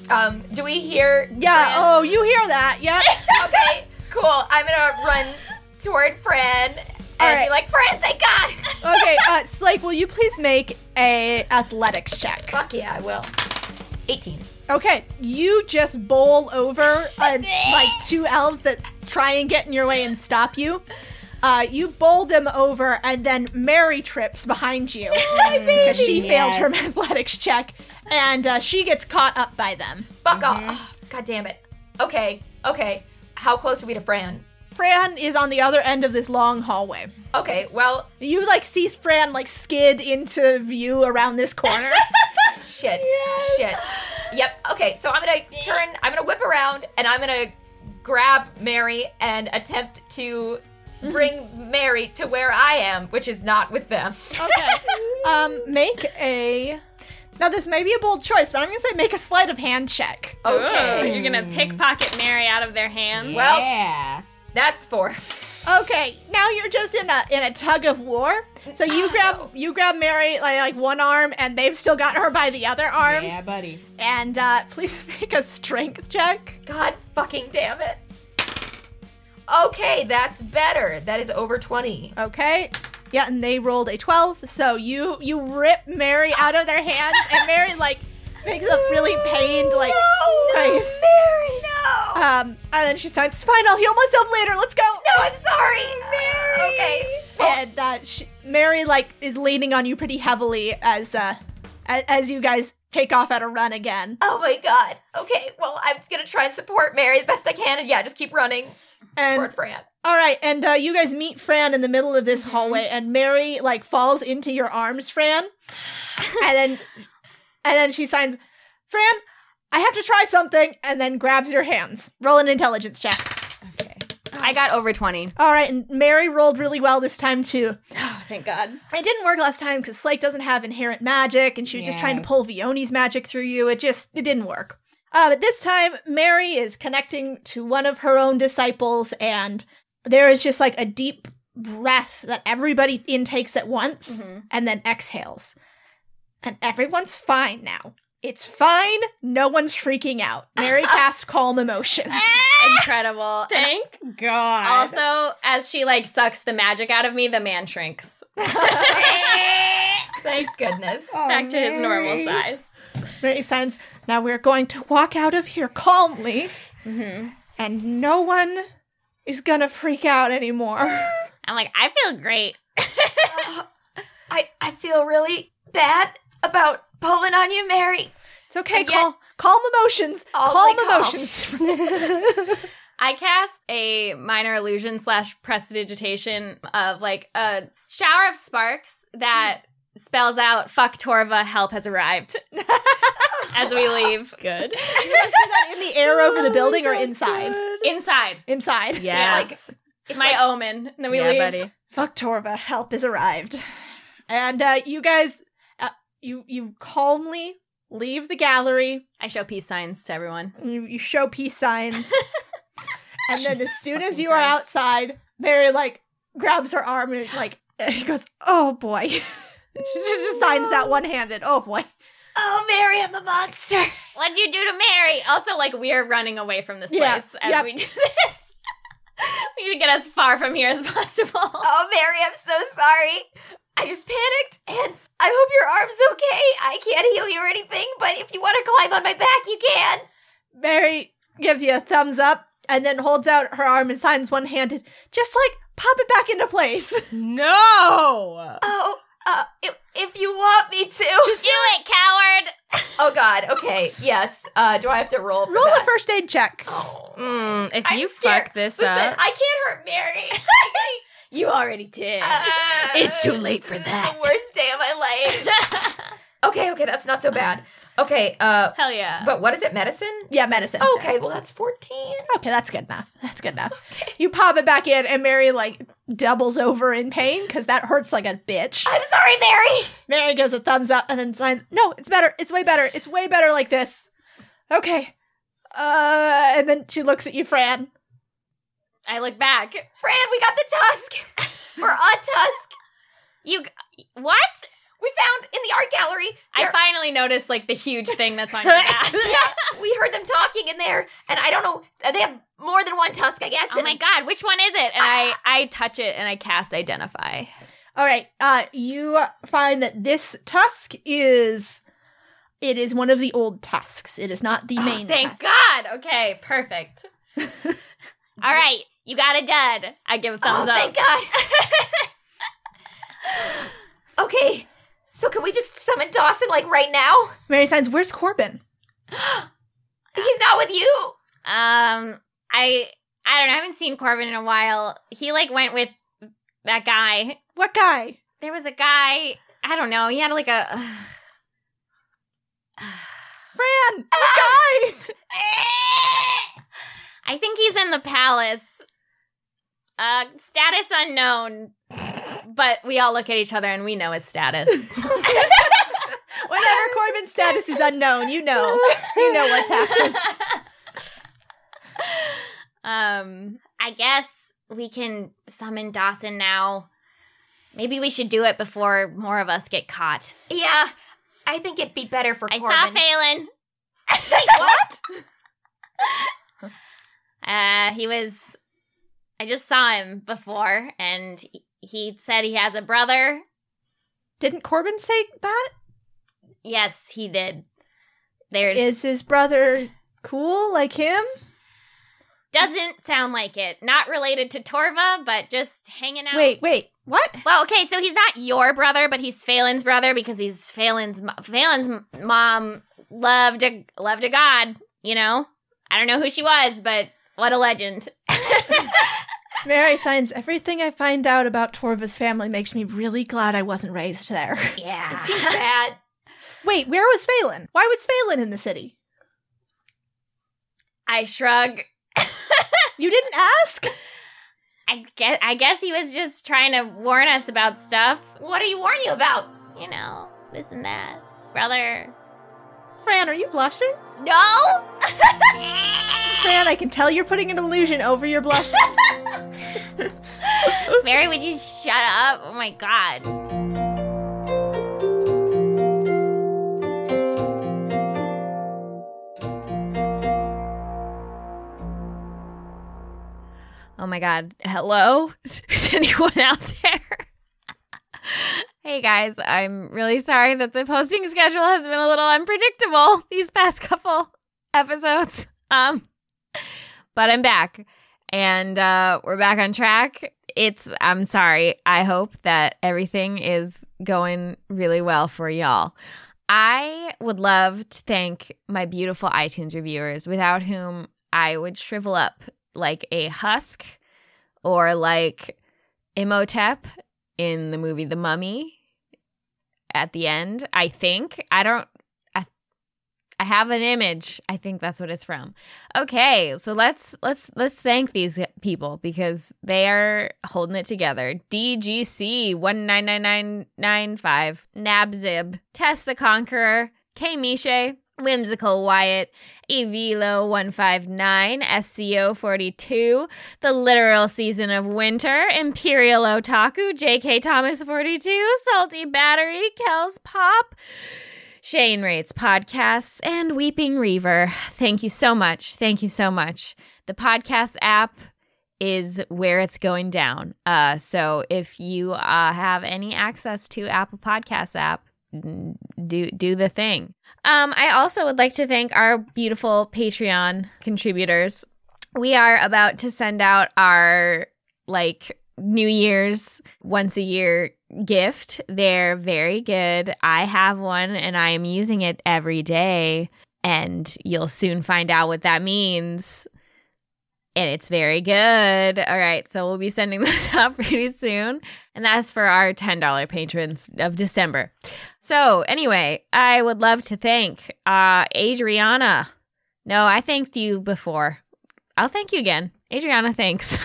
Speaker 3: Um, do we hear?
Speaker 1: Yeah.
Speaker 3: Fran?
Speaker 1: Oh, you hear that? Yep.
Speaker 3: Okay, cool. I'm gonna run toward Fran and
Speaker 1: Alright.
Speaker 3: be like, Fran, thank God.
Speaker 1: okay, uh, Slake, will you please make a athletics check?
Speaker 3: Fuck yeah, I will. 18.
Speaker 1: Okay, you just bowl over uh, like two elves that try and get in your way and stop you. Uh, you bowl them over, and then Mary trips behind you because she failed her athletics check, and uh, she gets caught up by them.
Speaker 3: Fuck
Speaker 1: Mm-hmm.
Speaker 3: off. Oh, God damn it. Okay, okay. How close are we to Fran?
Speaker 1: Fran is on the other end of this long hallway.
Speaker 3: Okay, well,
Speaker 1: You like see Fran like skid into view around this corner.
Speaker 3: Shit. Shit. Yep. Okay, so I'm gonna turn, I'm gonna whip around, and I'm gonna grab Mary and attempt to
Speaker 1: Mm-hmm.
Speaker 3: bring Mary to where I am, which is not with them.
Speaker 1: Okay. um, make a. Now this may be a bold choice, but I'm gonna say make a sleight of hand check.
Speaker 4: Oh,
Speaker 3: Okay.
Speaker 4: you're gonna pickpocket Mary out of their hands.
Speaker 3: Well,
Speaker 2: yeah.
Speaker 3: that's four.
Speaker 1: Okay, now you're just in a in a tug of war. So you grab you grab Mary like, like one arm, and they've still got her by the other arm.
Speaker 2: Yeah, buddy.
Speaker 1: And uh, please make a strength check.
Speaker 3: God fucking damn it. Okay, that's better. That is over 20.
Speaker 1: Okay. Yeah, and they rolled a 12. So you you rip Mary out of their hands, and Mary like makes a really pained like face.
Speaker 3: Mary, no!
Speaker 1: Um, and then she signs, "It's fine. I'll heal myself later. Let's go."
Speaker 3: no, I'm sorry! Mary! Okay.
Speaker 1: and uh, she, Mary like is leaning on you pretty heavily as uh as, as you guys take off at a run again.
Speaker 3: Oh my god. Okay, well, I'm gonna try and support Mary the best I can, and yeah, just keep running
Speaker 1: And
Speaker 3: toward Fran. Mm-hmm.
Speaker 1: all right, and uh, you guys meet Fran in the middle of this hallway, and Mary like falls into your arms, Fran, and then and then she signs, Fran, I have to try something, and then grabs your hands. Roll an intelligence check.
Speaker 4: I got over 20.
Speaker 1: All right, and Mary rolled really well this time too.
Speaker 4: Oh, thank God.
Speaker 1: It didn't work last time because Slake doesn't have inherent magic, and she was just trying to
Speaker 2: Yeah.
Speaker 1: pull Vioni's magic through you. It just it didn't work. Uh, but this time, Mary is connecting to one of her own disciples, and there is just like a deep breath that everybody intakes at once
Speaker 4: Mhm.
Speaker 1: and then exhales. And everyone's fine now. It's fine. No one's freaking out. Mary cast calm emotions.
Speaker 4: Incredible. And
Speaker 2: Thank God.
Speaker 4: also, as she like sucks the magic out of me, the man shrinks
Speaker 3: Thank goodness.
Speaker 4: back to his normal size.
Speaker 1: Mary signs, now we're going to walk out of here calmly.
Speaker 3: Mm-hmm.
Speaker 4: hmm
Speaker 1: and no one is gonna freak out anymore.
Speaker 4: I'm like, I feel great.
Speaker 3: I, I feel really bad about pulling on you, Mary.
Speaker 1: It's okay.
Speaker 3: And yet-
Speaker 1: Call calm emotions.
Speaker 3: All
Speaker 1: calm
Speaker 3: my calm.
Speaker 1: emotions.
Speaker 4: I cast a minor illusion slash prestidigitation of like a shower of sparks that spells out "fuck Torva, help has arrived." as we leave
Speaker 2: good.
Speaker 1: in the air over the
Speaker 3: Oh
Speaker 1: building or inside?
Speaker 4: inside,
Speaker 1: Inside.
Speaker 2: Yes.
Speaker 4: it's my omen. And then we
Speaker 2: yeah,
Speaker 4: leave.
Speaker 2: buddy.
Speaker 1: Fuck Torva. Help has arrived. And uh, you guys, uh, you you calmly leave the gallery.
Speaker 4: I show peace signs to everyone.
Speaker 1: You, you show peace signs. and then as soon as
Speaker 2: fucking
Speaker 1: you are
Speaker 2: Christ.
Speaker 1: outside, Mary like grabs her arm and like she goes, "Oh boy." she just signs that one-handed. Oh boy.
Speaker 3: Oh, Mary, I'm a monster.
Speaker 4: What'd you do to Mary? Also, like we are running away from this
Speaker 1: Yeah,
Speaker 4: place as
Speaker 1: yep.
Speaker 4: we do this. we need to get as far from here as possible.
Speaker 3: Oh, Mary, I'm so sorry. I just panicked, and I hope your arm's okay. I can't heal you or anything, but if you want to climb on my back, you can.
Speaker 1: Mary gives you a thumbs up and then holds out her arm and signs one handed, just like pop it back into place.
Speaker 2: No.
Speaker 3: Oh, uh, if, if you want me to.
Speaker 4: do it, coward!
Speaker 3: Oh, God. Okay. Yes. Uh, do I have to roll? for
Speaker 1: Roll a
Speaker 3: that?
Speaker 1: first aid check.
Speaker 3: Oh.
Speaker 2: Mm, if
Speaker 3: I'm
Speaker 2: you
Speaker 3: scared.
Speaker 2: fuck this
Speaker 3: Listen,
Speaker 2: up,
Speaker 3: I can't hurt Mary.
Speaker 4: You already did.
Speaker 3: it's too late for that. the worst day of my life. okay, okay, that's not so bad. Okay, uh,
Speaker 4: Hell yeah.
Speaker 3: but what is it? Medicine?
Speaker 1: Yeah, medicine.
Speaker 3: Okay, well that's fourteen.
Speaker 1: Okay, that's good enough. That's good enough. You pop it back in, and Mary like doubles over in pain because that hurts like a bitch.
Speaker 3: I'm sorry, Mary.
Speaker 1: Mary gives a thumbs up and then signs, "No, it's better. It's way better. It's way better like this." Okay. Uh, and then she looks at you, Fran.
Speaker 4: I look back.
Speaker 3: Fran, we got the tusk. We're on tusk.
Speaker 4: You g- what?
Speaker 3: We found in the art gallery.
Speaker 4: I
Speaker 3: there-
Speaker 4: finally noticed like the huge thing that's on your back.
Speaker 3: yeah, we heard them talking in there, and I don't know. uh, They have more than one tusk, I guess.
Speaker 4: Oh my
Speaker 3: and-
Speaker 4: god, which one is it? And I I touch it and I cast identify.
Speaker 1: All right. Uh, you find that this tusk is it is one of the old tusks. It is not the main.
Speaker 4: Thank
Speaker 1: tusk.
Speaker 4: God. Okay, perfect. All right, you got a dud. I give a
Speaker 3: Oh,
Speaker 4: thumbs up.
Speaker 3: thank God. okay, so can we just summon Dawson like right now?
Speaker 1: Mary signs. Where's Corbin?
Speaker 3: He's not with you.
Speaker 4: Um, I I don't know. I haven't seen Corbin in a while. He like went with that guy.
Speaker 1: What guy?
Speaker 4: There was a guy. I don't know. He had like a.
Speaker 1: Fran. What guy?
Speaker 4: I I think he's in the palace. Uh, status unknown. But we all look at each other and we know his status.
Speaker 1: Whenever Corbin's status is unknown, you know. You know what's happening.
Speaker 4: um, I guess we can summon Dawson now. Maybe we should do it before more of us get caught.
Speaker 3: Yeah, I think it'd be better for
Speaker 4: I
Speaker 3: Corbin.
Speaker 4: saw Phelan.
Speaker 1: What?
Speaker 4: Uh, he was. I just saw him before, and he- he said he has a brother.
Speaker 1: Didn't Corbin say that?
Speaker 4: Yes, he did. There's
Speaker 1: Is his brother cool like him?
Speaker 4: doesn't sound like it. Not related to Torva, but just hanging out.
Speaker 1: Wait, wait. What?
Speaker 4: Well, okay, so he's not your brother, but he's Phelan's brother because he's Phelan's mo- Phelan's m- mom loved a loved a god. You know, I don't know who she was, but what a legend.
Speaker 1: Mary signs everything I find out about Torva's family makes me really glad I wasn't raised there.
Speaker 3: It
Speaker 4: yeah.
Speaker 3: seems bad.
Speaker 1: Wait, where was Phelan? Why was Phelan in the city?
Speaker 4: I shrug.
Speaker 1: You didn't ask?
Speaker 4: I guess I guess he was just trying to warn us about stuff.
Speaker 3: What do you warn you about?
Speaker 4: You know, this and that, brother.
Speaker 1: Fran, are you blushing?
Speaker 4: No.
Speaker 1: Fran, I can tell you're putting an illusion over your blush.
Speaker 4: Mary, would you shut up? Oh my god. Oh my god. Hello? Is anyone out there? hey guys, I'm really sorry that the posting schedule has been a little unpredictable these past couple episodes. Um but I'm back and uh, we're back on track. It's I'm sorry. I hope that everything is going really well for y'all. I would love to thank my beautiful iTunes reviewers, without whom I would shrivel up like a husk or like Imhotep in the movie The Mummy at the end. I think I don't. I I have an image. I think that's what it's from. Okay, so let's let's let's thank these people because they are holding it together. DGC one nine nine nine nine five Nabzib Tess the Conqueror K Miche Whimsical Wyatt Evilo one five nine SCO forty two The Literal Season of Winter Imperial Otaku JK Thomas forty two Salty Battery Kel's Pop Shane Rates Podcasts, and Weeping Reaver. Thank you so much. Thank you so much. The podcast app is where it's going down. Uh, so if you uh, have any access to Apple Podcasts app, n- do do the thing. Um, I also would like to thank our beautiful Patreon contributors. We are about to send out our like New Year's once a year gift. They're very good. I have one and I am using it every day. And you'll soon find out what that means. And it's very good. All right. So we'll be sending this out pretty soon. And that's for our $10 patrons of December. So, anyway, I would love to thank uh, Adriana. No, I thanked you before. I'll thank you again. Adriana, thanks.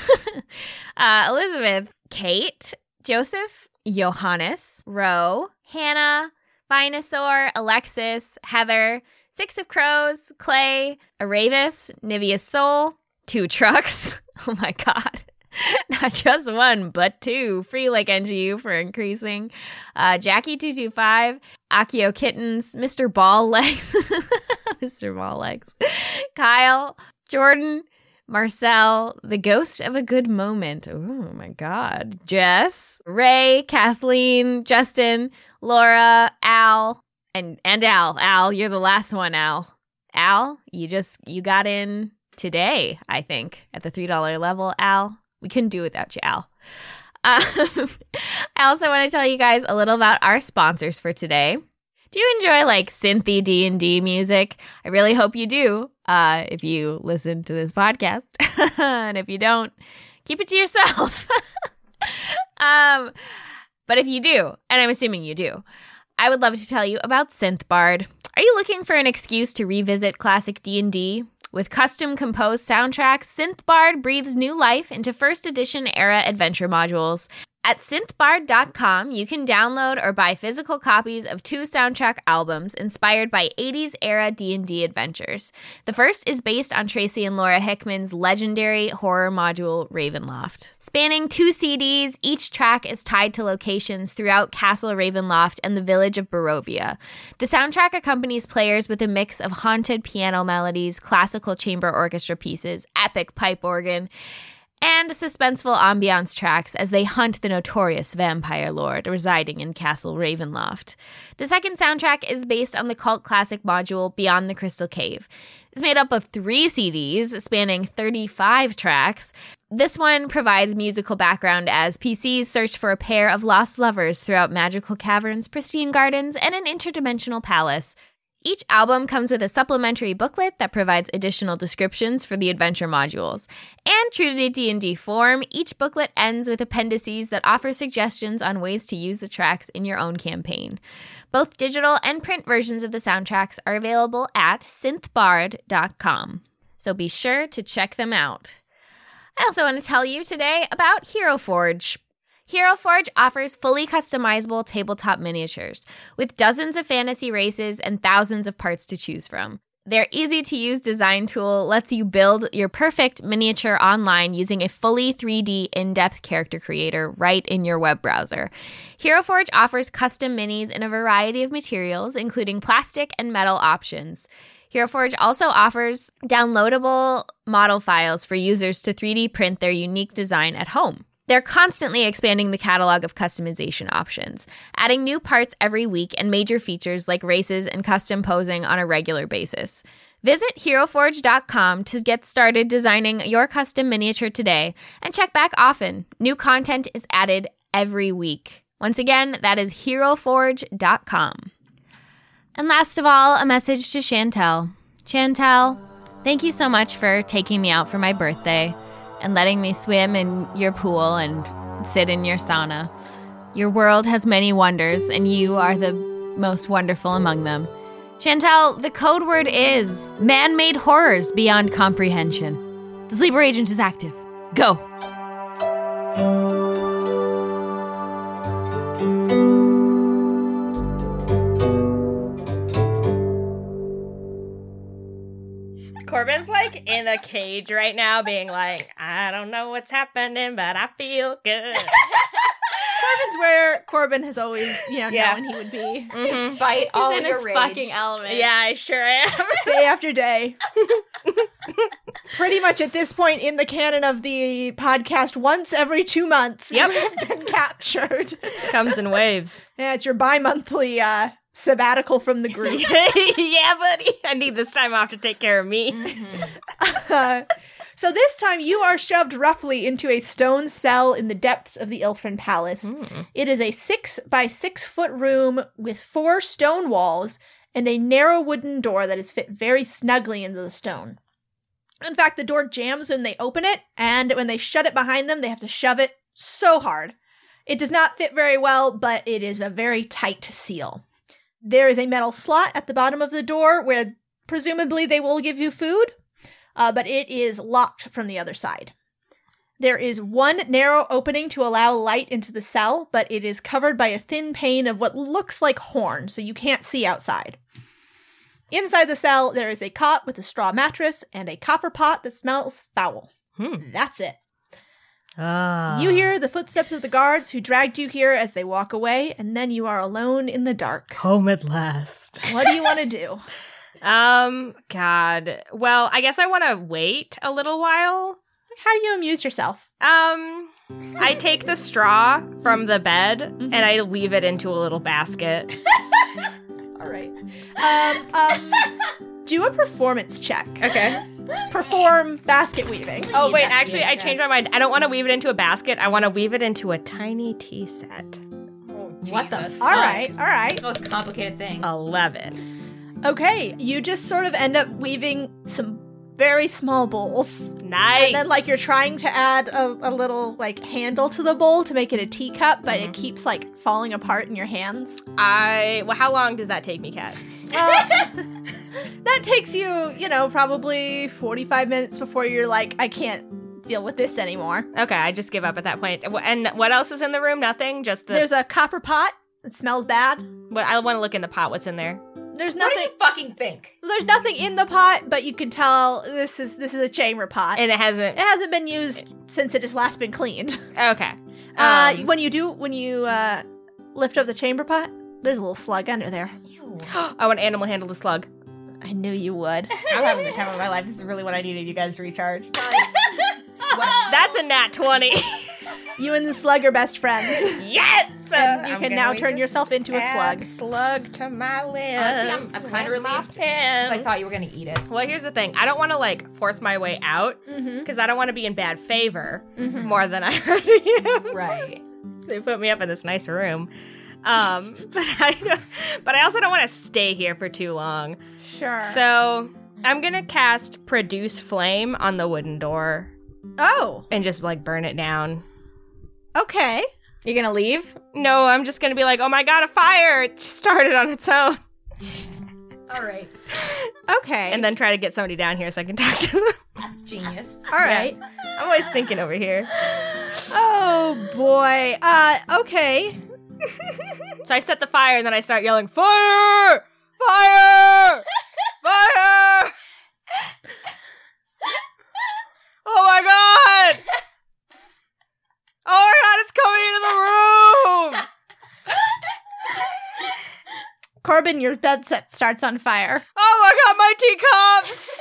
Speaker 4: uh, Elizabeth, Kate, Joseph, Johannes, Roe, Hannah, Vinasaur, Alexis, Heather, Six of Crows, Clay, Aravis, Nivia's Soul, two trucks. Oh my God. Not just one, but two. Free like NGU for increasing. Uh, Jackie225, Akio Kittens, Mr. Ball Legs, Mr. Ball Legs, Kyle, Jordan, Marcel, the ghost of a good moment. Oh my God. Jess, Ray, Kathleen, Justin, Laura, Al, and and Al. Al, you're the last one, Al. Al, you just you got in today, I think, at the three dollar level. Al, we couldn't do without you, Al. Um, I also want to tell you guys a little about our sponsors for today. Do you enjoy like synthy D and D music? I really hope you do uh, if you listen to this podcast. and if you don't, keep it to yourself. um, but if you do, and I'm assuming you do, I would love to tell you about Synthbard. Are you looking for an excuse to revisit classic D&D? With custom composed soundtracks, SynthBard breathes new life into first edition era adventure modules. At synthbard.com, you can download or buy physical copies of two soundtrack albums inspired by 80s era D&D adventures. The first is based on Tracy and Laura Hickman's legendary horror module Ravenloft. Spanning two CDs, each track is tied to locations throughout Castle Ravenloft and the village of Barovia. The soundtrack accompanies players with a mix of haunted piano melodies, classical chamber orchestra pieces, epic pipe organ, and suspenseful ambiance tracks as they hunt the notorious vampire lord residing in Castle Ravenloft. The second soundtrack is based on the cult classic module Beyond the Crystal Cave. It's made up of three CDs spanning 35 tracks. This one provides musical background as PCs search for a pair of lost lovers throughout magical caverns, pristine gardens, and an interdimensional palace. Each album comes with a supplementary booklet that provides additional descriptions for the adventure modules. And true to D&D form, each booklet ends with appendices that offer suggestions on ways to use the tracks in your own campaign. Both digital and print versions of the soundtracks are available at synthbard.com. So be sure to check them out. I also want to tell you today about Hero Forge. Hero Forge offers fully customizable tabletop miniatures with dozens of fantasy races and thousands of parts to choose from. Their easy to use design tool lets you build your perfect miniature online using a fully 3D in depth character creator right in your web browser. HeroForge offers custom minis in a variety of materials, including plastic and metal options. HeroForge also offers downloadable model files for users to 3D print their unique design at home. They're constantly expanding the catalog of customization options, adding new parts every week and major features like races and custom posing on a regular basis. Visit heroforge.com to get started designing your custom miniature today and check back often. New content is added every week. Once again, that is heroforge.com. And last of all, a message to Chantel. Chantel, thank you so much for taking me out for my birthday and letting me swim in your pool and sit in your sauna. Your world has many wonders, and you are the most wonderful among them. Chantal, the code word is man made horrors beyond comprehension. The sleeper agent is active. Go.
Speaker 2: Corbin's like in a cage right now, being like, I don't know what's happening, but I feel good.
Speaker 1: Corbin's where Corbin has always, you know,
Speaker 2: Yeah.
Speaker 1: known he would be
Speaker 2: Mhm.
Speaker 3: Despite all
Speaker 4: in
Speaker 3: your
Speaker 4: his
Speaker 3: rage.
Speaker 4: fucking element.
Speaker 2: Yeah, I sure am.
Speaker 1: day after day. Pretty much at this point in the canon of the podcast, once every two months,
Speaker 2: Yep.
Speaker 1: you've been captured.
Speaker 2: Comes in waves.
Speaker 1: Yeah, it's your bi-monthly uh, sabbatical from the group.
Speaker 2: yeah, buddy. I need this time off to take care of me.
Speaker 3: Mhm.
Speaker 1: Uh, so this time you are shoved roughly into a stone cell in the depths of the Ilfrin Palace. It is a six by six foot room with four stone walls and a narrow wooden door that is fit very snugly into the stone. In fact, the door jams when they open it, and when they shut it behind them, they have to shove it so hard. It does not fit very well, but it is a very tight seal. There is a metal slot at the bottom of the door where presumably they will give you food, uh, but it is locked from the other side. There is one narrow opening to allow light into the cell, but it is covered by a thin pane of what looks like horn, so you can't see outside. Inside the cell, there is a cot with a straw mattress and a copper pot that smells foul.
Speaker 2: Hmm.
Speaker 1: That's it. You hear the footsteps of the guards who dragged you here as they walk away, and then you are alone in the dark.
Speaker 2: home at last.
Speaker 1: What do you want to do?
Speaker 2: Um, God. Well, I guess I want to wait a little while.
Speaker 1: How do you amuse yourself?
Speaker 2: Um, I take the straw from the bed
Speaker 1: Mm-hmm.
Speaker 2: and I weave it into a little basket.
Speaker 1: All right. Um, um, do a performance check.
Speaker 2: Okay.
Speaker 1: Perform basket weaving.
Speaker 2: Oh
Speaker 3: need
Speaker 2: wait,
Speaker 3: that to be
Speaker 2: actually,
Speaker 3: a
Speaker 2: I
Speaker 3: check.
Speaker 2: changed my mind. I don't want to weave it into a basket. I want to weave it into a tiny tea set.
Speaker 4: Oh,
Speaker 3: What the fuck?
Speaker 1: All right, all right.
Speaker 3: Most complicated thing.
Speaker 2: Eleven.
Speaker 1: Okay, you just sort of end up weaving some very small bowls.
Speaker 2: Nice.
Speaker 1: And then, like, you're trying to add a, a little, like, handle to the bowl to make it a teacup, but
Speaker 3: Mm-hmm.
Speaker 1: it keeps, like, falling apart in your hands.
Speaker 2: I. Well, how long does that take me, Kat?
Speaker 1: Uh, that takes you, you know, probably 45 minutes before you're like, I can't deal with this anymore.
Speaker 2: Okay, I just give up at that point. Wh- And what else is in the room? Nothing. Just the.
Speaker 1: There's a copper pot. It smells bad.
Speaker 2: what, I want to look in the pot. What's in there?
Speaker 1: There's
Speaker 3: What do
Speaker 1: nothing.
Speaker 3: you fucking think?
Speaker 1: There's nothing in the pot, but you can tell this is this is a chamber pot.
Speaker 2: And it hasn't.
Speaker 1: it hasn't been used since it has last been cleaned.
Speaker 2: Okay.
Speaker 1: Uh,
Speaker 2: Um,
Speaker 1: when you do, when you uh, lift up the chamber pot, there's a little slug under there.
Speaker 3: Ew.
Speaker 2: I want to animal handle the slug.
Speaker 1: I knew you would.
Speaker 2: I'm having the time of my life. This is really what I needed. You guys to recharge.
Speaker 3: What?
Speaker 2: That's a nat twenty.
Speaker 1: You and the slug are best friends.
Speaker 2: yes.
Speaker 1: And you
Speaker 2: I'm
Speaker 1: can
Speaker 2: gonna
Speaker 1: now turn
Speaker 2: just
Speaker 1: yourself into a
Speaker 2: add
Speaker 1: slug.
Speaker 2: Slug Uh, to my list.
Speaker 3: I'm- I'm kinda
Speaker 2: Where's my
Speaker 3: relieved, 'Cause
Speaker 2: pen?
Speaker 3: I thought you were gonna eat it.
Speaker 2: Well, here's the thing. I don't want to like force my way out
Speaker 1: Mm-hmm.
Speaker 2: because I don't want to be in bad favor
Speaker 1: Mhm.
Speaker 2: more than I already am.
Speaker 3: Right.
Speaker 2: They put me up in this nice room. Um, but I, but I also don't want to stay here for too long.
Speaker 1: Sure.
Speaker 2: So I'm gonna cast produce flame on the wooden door
Speaker 1: oh,
Speaker 2: and just like burn it down.
Speaker 1: okay.
Speaker 5: You're gonna leave?
Speaker 2: No, I'm just gonna be like, oh my god, a fire It started on its own,
Speaker 3: All right.
Speaker 1: Okay.
Speaker 2: and then try to get somebody down here so I can talk to them.
Speaker 3: That's genius.
Speaker 1: All right.
Speaker 2: I'm always thinking over here.
Speaker 1: Oh boy. Uh okay.
Speaker 2: So I set the fire and then I start yelling, fire, fire, fire. Oh my god! Oh my god, it's coming into the room!
Speaker 1: Corbin, your bed set starts on fire.
Speaker 2: Oh my god, my teacups!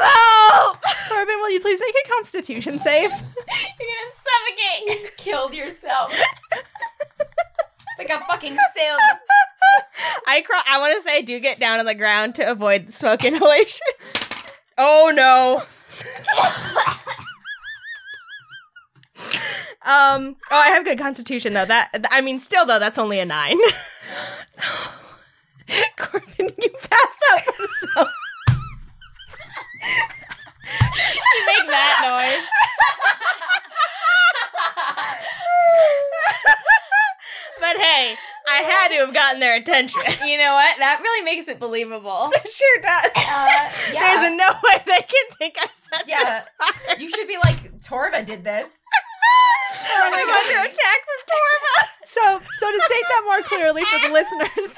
Speaker 2: Help!
Speaker 1: Corbin, will you please make a constitution save?
Speaker 4: You're gonna suffocate.
Speaker 3: Killed yourself. like a fucking sim.
Speaker 2: I crawl. I want to say I do get down on the ground to avoid smoke inhalation. oh no. um. Oh, I have good constitution though. That I mean, still though, that's only a nine.
Speaker 1: Corbin, you pass out from smoke.
Speaker 2: Make that noise. but hey, I had to have gotten their attention.
Speaker 4: You know what? That really makes it believable.
Speaker 2: It sure does.
Speaker 3: Uh, yeah.
Speaker 2: There's no way they can think I said
Speaker 3: Yeah.
Speaker 2: this. Fire.
Speaker 3: you should be like, Torva did this.
Speaker 2: I'm under attack from Torma.
Speaker 1: So so to state that more clearly for the listeners,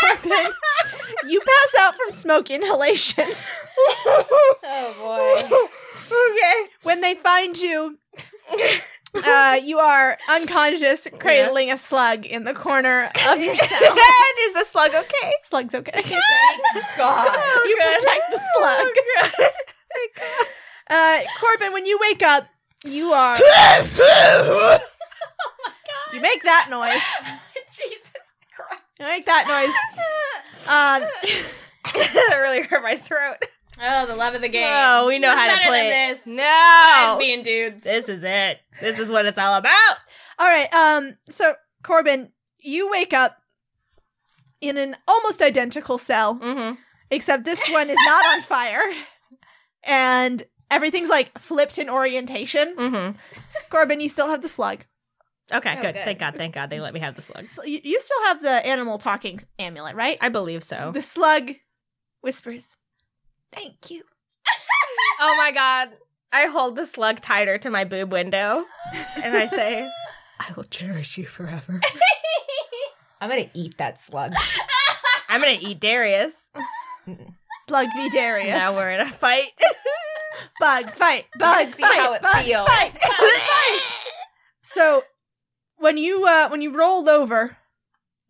Speaker 1: Corbin, you pass out from smoke inhalation.
Speaker 2: oh boy.
Speaker 1: When they find you, uh, you are unconscious, cradling a slug in the corner of your cell.
Speaker 2: okay. is the slug okay?
Speaker 1: Slug's okay.
Speaker 3: Thank God.
Speaker 2: Oh,
Speaker 1: You
Speaker 2: good.
Speaker 1: protect the slug.
Speaker 2: Oh, good.
Speaker 1: Uh, Corbin, when you wake up, you are. You make that noise.
Speaker 3: Jesus Christ.
Speaker 1: You make that noise. Um,
Speaker 2: that really hurt my throat.
Speaker 4: Oh, the love of the game.
Speaker 2: Oh, we know
Speaker 4: Who's
Speaker 2: how to
Speaker 4: better
Speaker 2: play
Speaker 4: than
Speaker 2: it.
Speaker 4: this? Guys
Speaker 2: No,
Speaker 4: being dudes.
Speaker 2: this is it. This is what it's all about.
Speaker 1: all right. Um, so Corbin, you wake up in an almost identical cell,
Speaker 2: Mm-hmm.
Speaker 1: except this one is not on fire, and everything's like flipped in orientation.
Speaker 2: Mm-hmm.
Speaker 1: Corbin, you still have the slug.
Speaker 2: Okay,
Speaker 4: Oh,
Speaker 2: good.
Speaker 4: good.
Speaker 2: Thank God. Thank God they let me have the slug.
Speaker 1: So you, you still have the animal talking amulet, right?
Speaker 2: I believe so.
Speaker 1: The slug whispers, "Thank you."
Speaker 2: Oh my God. I hold the slug tighter to my boob window, and I say, "I will cherish you forever."
Speaker 3: I'm gonna eat that slug.
Speaker 2: I'm gonna eat Darius.
Speaker 1: Slug v Darius.
Speaker 2: Now we're in a fight.
Speaker 1: bug fight, bug
Speaker 3: see
Speaker 1: fight,
Speaker 3: how it
Speaker 1: bug
Speaker 3: feels.
Speaker 1: fight, fight. So when you uh, when you roll over,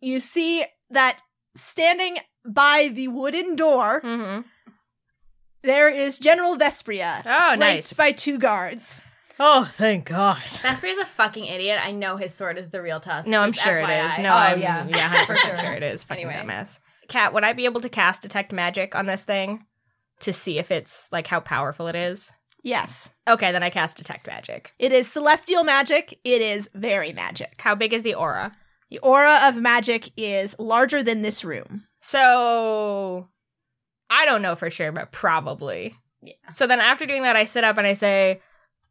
Speaker 1: you see that standing by the wooden door
Speaker 2: mm-hmm.
Speaker 1: there is General Vespria,
Speaker 2: Oh,
Speaker 1: flanked
Speaker 2: nice.
Speaker 1: by two guards.
Speaker 2: Oh, thank God.
Speaker 4: Vesper's a fucking idiot. I know his sword is the real tusk.
Speaker 2: No, I'm
Speaker 4: Just
Speaker 2: sure it
Speaker 4: FYI.
Speaker 2: is. No,
Speaker 3: Oh,
Speaker 2: I'm
Speaker 3: yeah.
Speaker 2: yeah, yeah 100%
Speaker 3: For
Speaker 2: sure.
Speaker 3: sure.
Speaker 2: it is. Fucking
Speaker 4: Anyway.
Speaker 2: dumbass. Kat, would I be able to cast detect magic on this thing to see if it's like how powerful it is?
Speaker 1: Yes,
Speaker 2: Okay, then I cast detect magic.
Speaker 1: it is celestial magic. It is very magic.
Speaker 2: How big is the aura?
Speaker 1: The aura of magic is larger than this room.
Speaker 2: So I don't know for sure, but probably.
Speaker 4: Yeah.
Speaker 2: So then after doing that, I sit up and I say,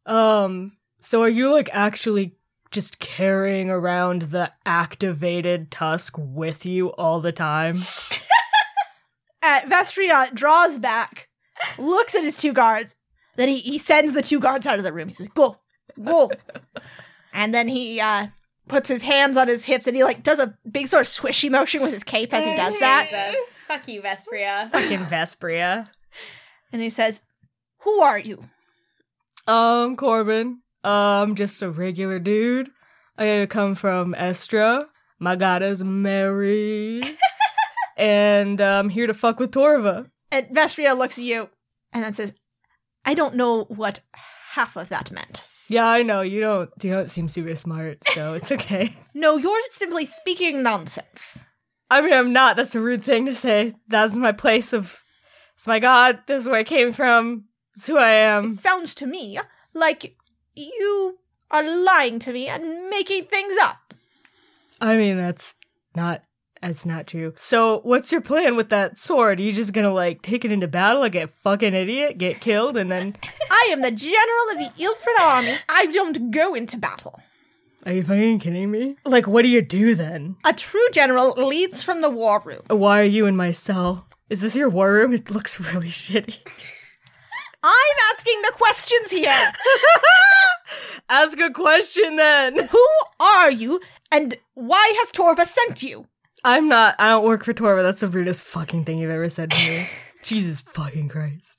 Speaker 2: um, so are you like actually
Speaker 6: just carrying around the activated tusk with you all the time.
Speaker 1: Uh, Vastriot draws back, looks at his two guards, then he, he sends the two guards out of the room. He says, Go, go. and then he uh, puts his hands on his hips and he like does a big sort of swishy motion with his cape as he does that.
Speaker 4: Jesus. Fuck you, Vespria.
Speaker 6: Fucking Vespria.
Speaker 1: And he says, Who are you?
Speaker 6: Um, Corbin. Um, just a regular dude. I come from Estra. My god is Mary. and uh, I'm here to fuck with Torva.
Speaker 1: And Vestria looks at you and then says, I don't know what half of that meant.
Speaker 6: Yeah, I know. You don't you don't seem super smart, so it's okay.
Speaker 1: No, you're simply speaking nonsense.
Speaker 6: I mean I'm not, that's a rude thing to say. That's my place of it's my god, this is where I came from, it's who I am.
Speaker 1: Sounds to me like you are lying to me and making things up.
Speaker 6: I mean that's not that's not true. So what's your plan with that sword? Are you just gonna like take it into battle like a fucking idiot, get killed, and then
Speaker 1: I am the general of the Ilfred army. I don't go into battle.
Speaker 6: Are you fucking kidding me? Like what do you do then?
Speaker 1: A true general leads from the war room.
Speaker 6: Why are you in my cell? Is this your war room? It looks really shitty.
Speaker 1: I'm asking the questions here.
Speaker 6: Ask a question then.
Speaker 1: Who are you and why has Torva sent you?
Speaker 6: I'm not. I don't work for Torva. That's the rudest fucking thing you've ever said to me. Jesus fucking Christ.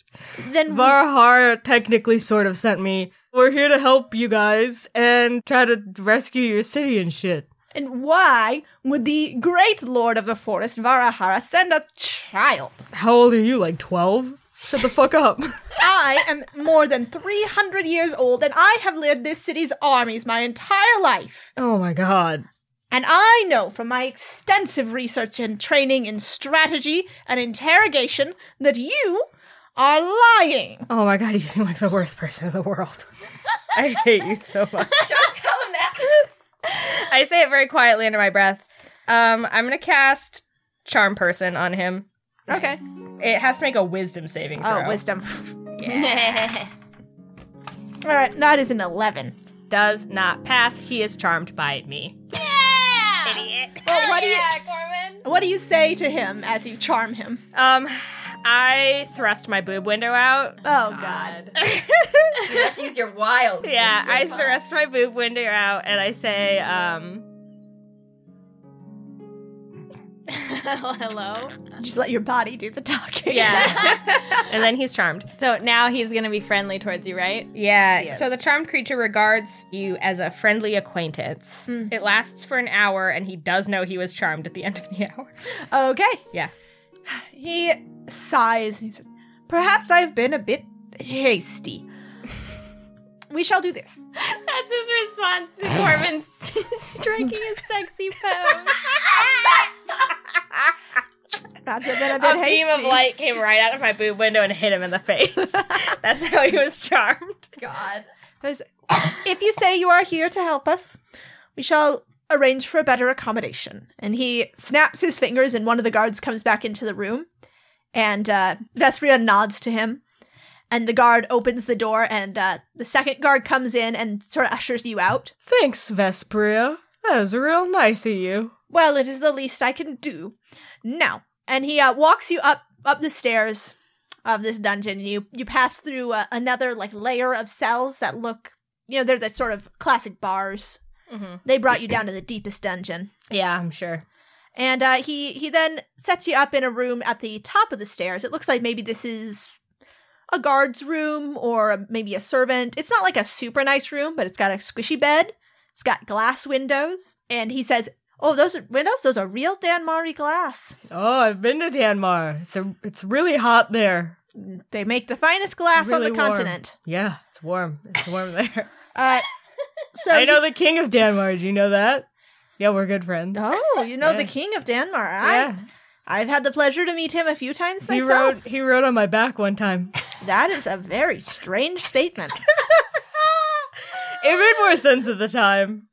Speaker 1: Then
Speaker 6: Varhar technically sort of sent me. We're here to help you guys and try to rescue your city and shit.
Speaker 1: and why would the great lord of the forest Varahara send a child?
Speaker 6: How old are you? Like 12? Shut the fuck up.
Speaker 1: I am more than 300 years old and I have led this city's armies my entire life.
Speaker 6: Oh my god.
Speaker 1: And I know from my extensive research and training in strategy and interrogation that you are lying.
Speaker 6: Oh my god, you seem like the worst person in the world. I hate you so much.
Speaker 4: Don't tell him that.
Speaker 6: I say it very quietly under my breath. Um, I'm gonna cast Charm Person on him.
Speaker 1: Okay.
Speaker 6: It has to make a wisdom saving throw.
Speaker 1: Oh, wisdom. All right, that is an 11.
Speaker 6: Does not pass. He is charmed by me.
Speaker 4: yeah.
Speaker 1: Well, what do you
Speaker 4: Yeah, Corwin.
Speaker 1: what do you say to him as you charm him?
Speaker 6: Um, I thrust my boob window out.
Speaker 1: Oh god.
Speaker 3: Use your wiles.
Speaker 6: Yeah, I thrust my boob window out and I say, um,
Speaker 4: Hello.
Speaker 1: Just let your body do the talking.
Speaker 6: yeah. and then he's charmed.
Speaker 4: So now he's gonna be friendly towards you, right?
Speaker 6: Yeah.
Speaker 1: Yes.
Speaker 6: So the charmed creature regards you as a friendly acquaintance.
Speaker 1: Hmm.
Speaker 6: It lasts for an hour, and he does know he was charmed at the end of the hour.
Speaker 1: Okay.
Speaker 6: Yeah.
Speaker 1: He sighs and he says, "Perhaps I've been a bit hasty. we shall do this."
Speaker 4: That's his response to Corwin striking his sexy pose.
Speaker 1: Perhaps I've been a
Speaker 6: A
Speaker 1: bit
Speaker 6: beam
Speaker 1: hasty.
Speaker 6: of light came right out of my boob window and hit him in the face. That's how he was charmed.
Speaker 3: God.
Speaker 1: Says, if you say you are here to help us, we shall arrange for a better accommodation. And he snaps his fingers, and one of the guards comes back into the room. And uh, Vespria nods to him. And the guard opens the door, and uh, the second guard comes in and sort of ushers you out.
Speaker 6: Thanks, Vespria. That was real nice of you.
Speaker 1: Well, it is the least I can do. Now, and he uh, walks you up up the stairs of this dungeon, and you you pass through uh, another like layer of cells that look, you know, they're the sort of classic bars.
Speaker 6: Mhm.
Speaker 1: They brought you down to the deepest dungeon,
Speaker 6: Yeah, I'm sure.
Speaker 1: and uh, he he then sets you up in a room at the top of the stairs. It looks like maybe this is a guard's room or maybe a servant. It's not like a super nice room, but it's got a squishy bed. It's got glass windows, and he says, "Oh, those are windows. Those are real Danmari glass.
Speaker 6: Oh, I've been to Danmar. It's a, it's really hot there.
Speaker 1: They make the finest glass on
Speaker 6: Really
Speaker 1: the
Speaker 6: warm.
Speaker 1: continent."
Speaker 6: Yeah, it's warm. It's warm there.
Speaker 1: Uh, so
Speaker 6: I know
Speaker 1: he-
Speaker 6: the king of Danmar. Do you know that? Yeah, we're good friends.
Speaker 1: oh, you know
Speaker 6: Yeah.
Speaker 1: the king of Danmar. I
Speaker 6: yeah,
Speaker 1: I've had the pleasure to meet him a few times
Speaker 6: he
Speaker 1: myself.
Speaker 6: rode he rode on my back one time.
Speaker 1: That is a very strange statement.
Speaker 6: It made more sense at the time.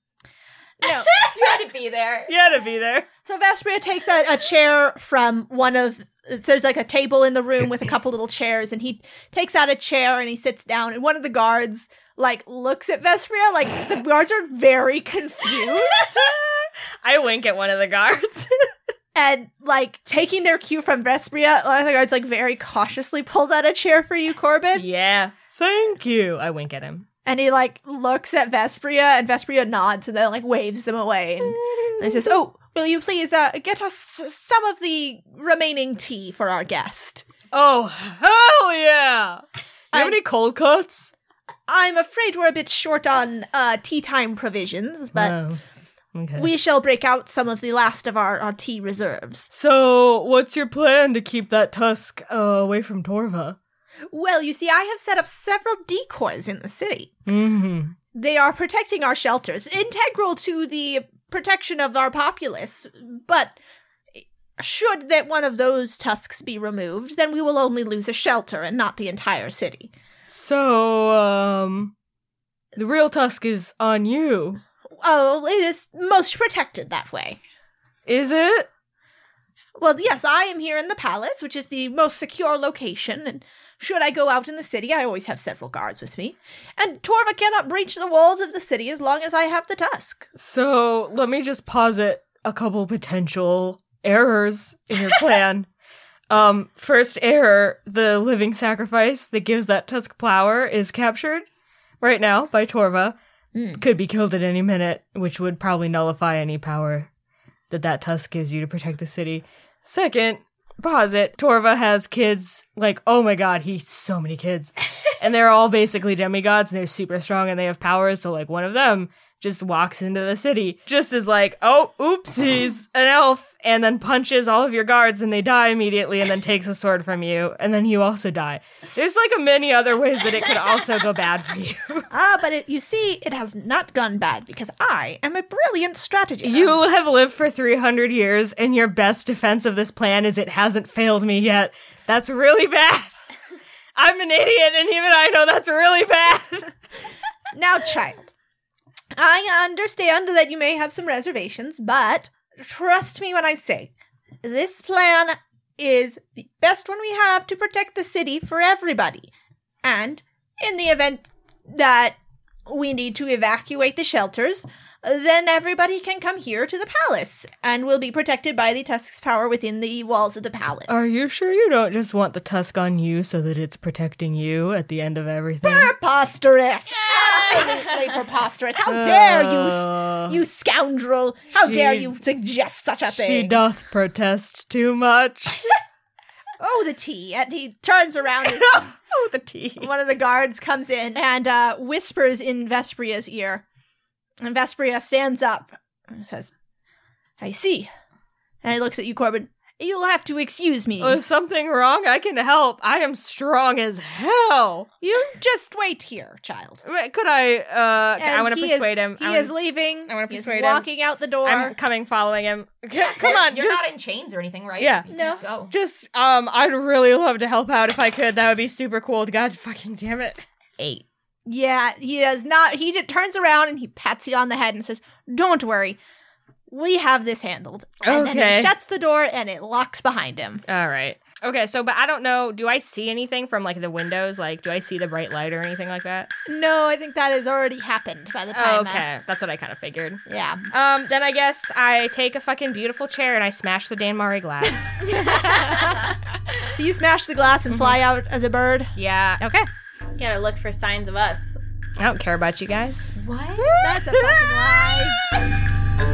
Speaker 1: No.
Speaker 3: You had to be there.
Speaker 6: You had to be there.
Speaker 1: So Vespria takes a, a chair from one of there's like a table in the room with a couple little chairs, and he takes out a chair and he sits down. And one of the guards like looks at Vespria. Like the guards are very confused
Speaker 2: I wink at one of the guards.
Speaker 1: and like taking their cue from Vespria. One of the guards like very cautiously pulls out a chair for you, Corbin.
Speaker 2: yeah.
Speaker 6: Thank you. I wink at him.
Speaker 1: And he like looks at Vespria, and Vespria nods and then like waves them away. And, and he says, "Oh, will you please uh, get us s- some of the remaining tea for our guest?
Speaker 6: Oh hell yeah! Do you have
Speaker 1: I'm-
Speaker 6: any cold cuts?
Speaker 1: I'm afraid we're a bit short on uh, tea time provisions, but
Speaker 6: No. Oh, okay.
Speaker 1: we shall break out some of the last of our, our tea reserves.
Speaker 6: so, what's your plan to keep that tusk uh, away from Torva?
Speaker 1: Well, you see, I have set up several decoys in the city.
Speaker 6: Mm-hmm.
Speaker 1: They are protecting our shelters, integral to the protection of our populace. But should that one of those tusks be removed, then we will only lose a shelter and not the entire city.
Speaker 6: So, um, the real tusk is on you,
Speaker 1: Oh, it is most protected that way.
Speaker 6: is it?
Speaker 1: Well, yes, I am here in the palace, which is the most secure location, and should I go out in the city, I always have several guards with me. And Torva cannot breach the walls of the city as long as I have the tusk.
Speaker 6: So, let me just posit a couple potential errors in your plan. um, first error: the living sacrifice that gives that tusk power is captured right now by Torva.
Speaker 1: Hmm.
Speaker 6: Could be killed at any minute, which would probably nullify any power that that tusk gives you to protect the city. Second, posit Torva has kids. Like, oh my god, he's so many kids, and they're all basically demigods, and they're super strong, and they have powers. So, like, one of them just walks into the city, just as like, oh, oopsies, an elf, and then punches all of your guards, and they die immediately, and then takes a sword from you, and then you also die. There's like a many other ways that it could also go bad for you.
Speaker 1: Ah, but it, you see, it has not gone bad because I am a brilliant strategist.
Speaker 6: You have lived for 300 years, and your best defense of this plan is it hasn't failed me yet. That's really bad. I'm an idiot, and even I know that's really bad.
Speaker 1: Now, child, I understand that you may have some reservations, but trust me when I say this plan is the best one we have to protect the city for everybody. And in the event that we need to evacuate the shelters, then everybody can come here to the palace and will be protected by the Tusk's power within the walls of the palace.
Speaker 6: Are you sure you don't just want the tusk on you so that it's protecting you at the end of everything?
Speaker 1: preposterous! Absolutely preposterous! How dare you
Speaker 6: Uh,
Speaker 1: You scoundrel! How
Speaker 6: She-
Speaker 1: dare you suggest such a
Speaker 6: She
Speaker 1: thing?
Speaker 6: doth protest too much.
Speaker 1: oh, the tea! And he turns around. and
Speaker 6: oh, the tea.
Speaker 1: one of the guards comes in and uh, whispers in Vespria's ear. And Vespria stands up and says, "I see." And he looks at you, Corbin. You'll have to excuse me.
Speaker 6: Oh, is something wrong? I can help. I am strong as hell.
Speaker 1: you just wait here, child.
Speaker 6: Wait, Could I? Uh, I
Speaker 1: And
Speaker 6: want to
Speaker 1: he is-
Speaker 6: persuade him.
Speaker 1: He
Speaker 6: I wanna-
Speaker 1: is leaving.
Speaker 6: I wanna
Speaker 1: He is
Speaker 6: persuade him.
Speaker 1: walking out the door.
Speaker 6: I'm coming, following him. C-
Speaker 3: Yeah,
Speaker 6: Come
Speaker 3: you're-
Speaker 6: on,
Speaker 3: You're
Speaker 6: just,
Speaker 3: not in chains or anything, right?
Speaker 6: Yeah.
Speaker 3: You
Speaker 1: No.
Speaker 3: can Go.
Speaker 6: just um, I'd really love to help out if I could. That would be super cool. Oh, God fucking damn it.
Speaker 2: Eight.
Speaker 1: Yeah, he does not. He just turns around and he pats you on the head and says, "Don't worry, we have this handled." And then
Speaker 6: Okay.
Speaker 1: he shuts the door and it locks behind him.
Speaker 6: All right. Okay, so but I don't know. Do I see anything from like the windows? Like, do I see the bright light or anything like that?
Speaker 1: No, I think that has already happened by the time. uh,
Speaker 6: okay, that's what I kind of figured.
Speaker 1: yeah.
Speaker 6: Um, then I guess I take a fucking beautiful chair and I smash the Dan Murray glass.
Speaker 1: So you smash the glass and fly
Speaker 6: Mm-hmm.
Speaker 1: out as a bird.
Speaker 6: yeah,
Speaker 1: Okay.
Speaker 2: You gotta look for signs of us.
Speaker 6: I don't care about you guys.
Speaker 3: What?
Speaker 1: That's a fucking lie.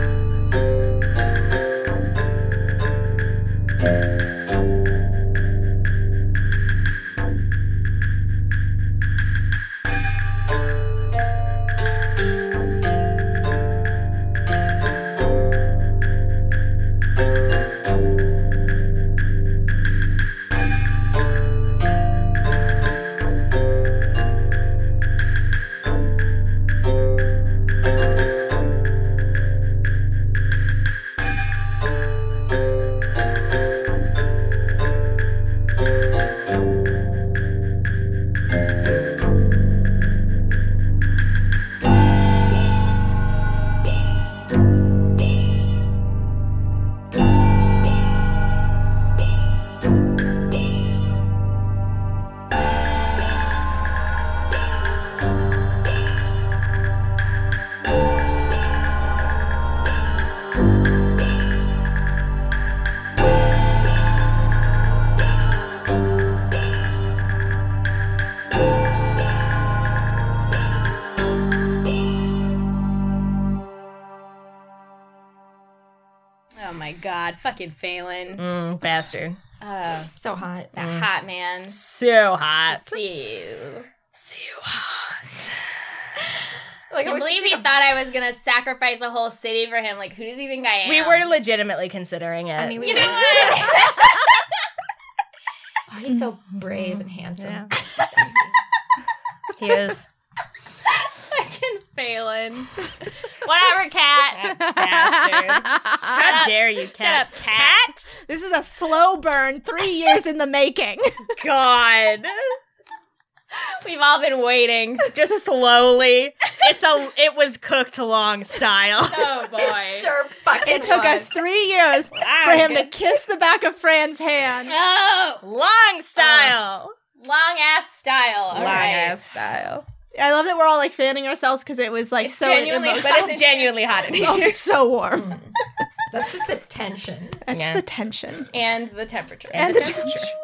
Speaker 4: Oh
Speaker 6: god, fucking Phelan.
Speaker 2: Mm, bastard.
Speaker 6: Uh,
Speaker 4: So hot. Oh, that
Speaker 2: Mm.
Speaker 4: hot man.
Speaker 2: So hot.
Speaker 4: See you.
Speaker 2: So hot.
Speaker 4: I can't believe he thought I was gonna sacrifice a whole city for him. Like, who does he think I am?
Speaker 2: We were legitimately considering it.
Speaker 3: I mean, we
Speaker 4: You know what?
Speaker 3: Oh, he's so brave and handsome.
Speaker 4: Yeah.
Speaker 2: he is.
Speaker 4: Fucking Phelan. Whatever, cat.
Speaker 2: Bastard. How dare you,
Speaker 4: Shut
Speaker 2: cat.
Speaker 4: up, cat.
Speaker 1: This is a slow burn, three years in the making.
Speaker 2: God.
Speaker 4: We've all been waiting.
Speaker 2: Just slowly. It's a it was cooked long style.
Speaker 4: Oh boy.
Speaker 3: Sure, fucking.
Speaker 1: It took us three years for him to kiss the back of Fran's hand.
Speaker 4: Oh,
Speaker 2: Long style.
Speaker 4: long ass style. All
Speaker 2: long
Speaker 4: right.
Speaker 2: ass style.
Speaker 1: I love that we're all like fanning ourselves because it was like
Speaker 4: It's
Speaker 1: so
Speaker 4: genuinely
Speaker 1: emo-
Speaker 2: But it's genuinely hot in
Speaker 1: it's
Speaker 2: here.
Speaker 1: also so warm.
Speaker 6: Mm,
Speaker 3: That's just the tension.
Speaker 1: That's
Speaker 2: Yeah.
Speaker 1: the tension.
Speaker 4: And the temperature.
Speaker 1: And the temperature.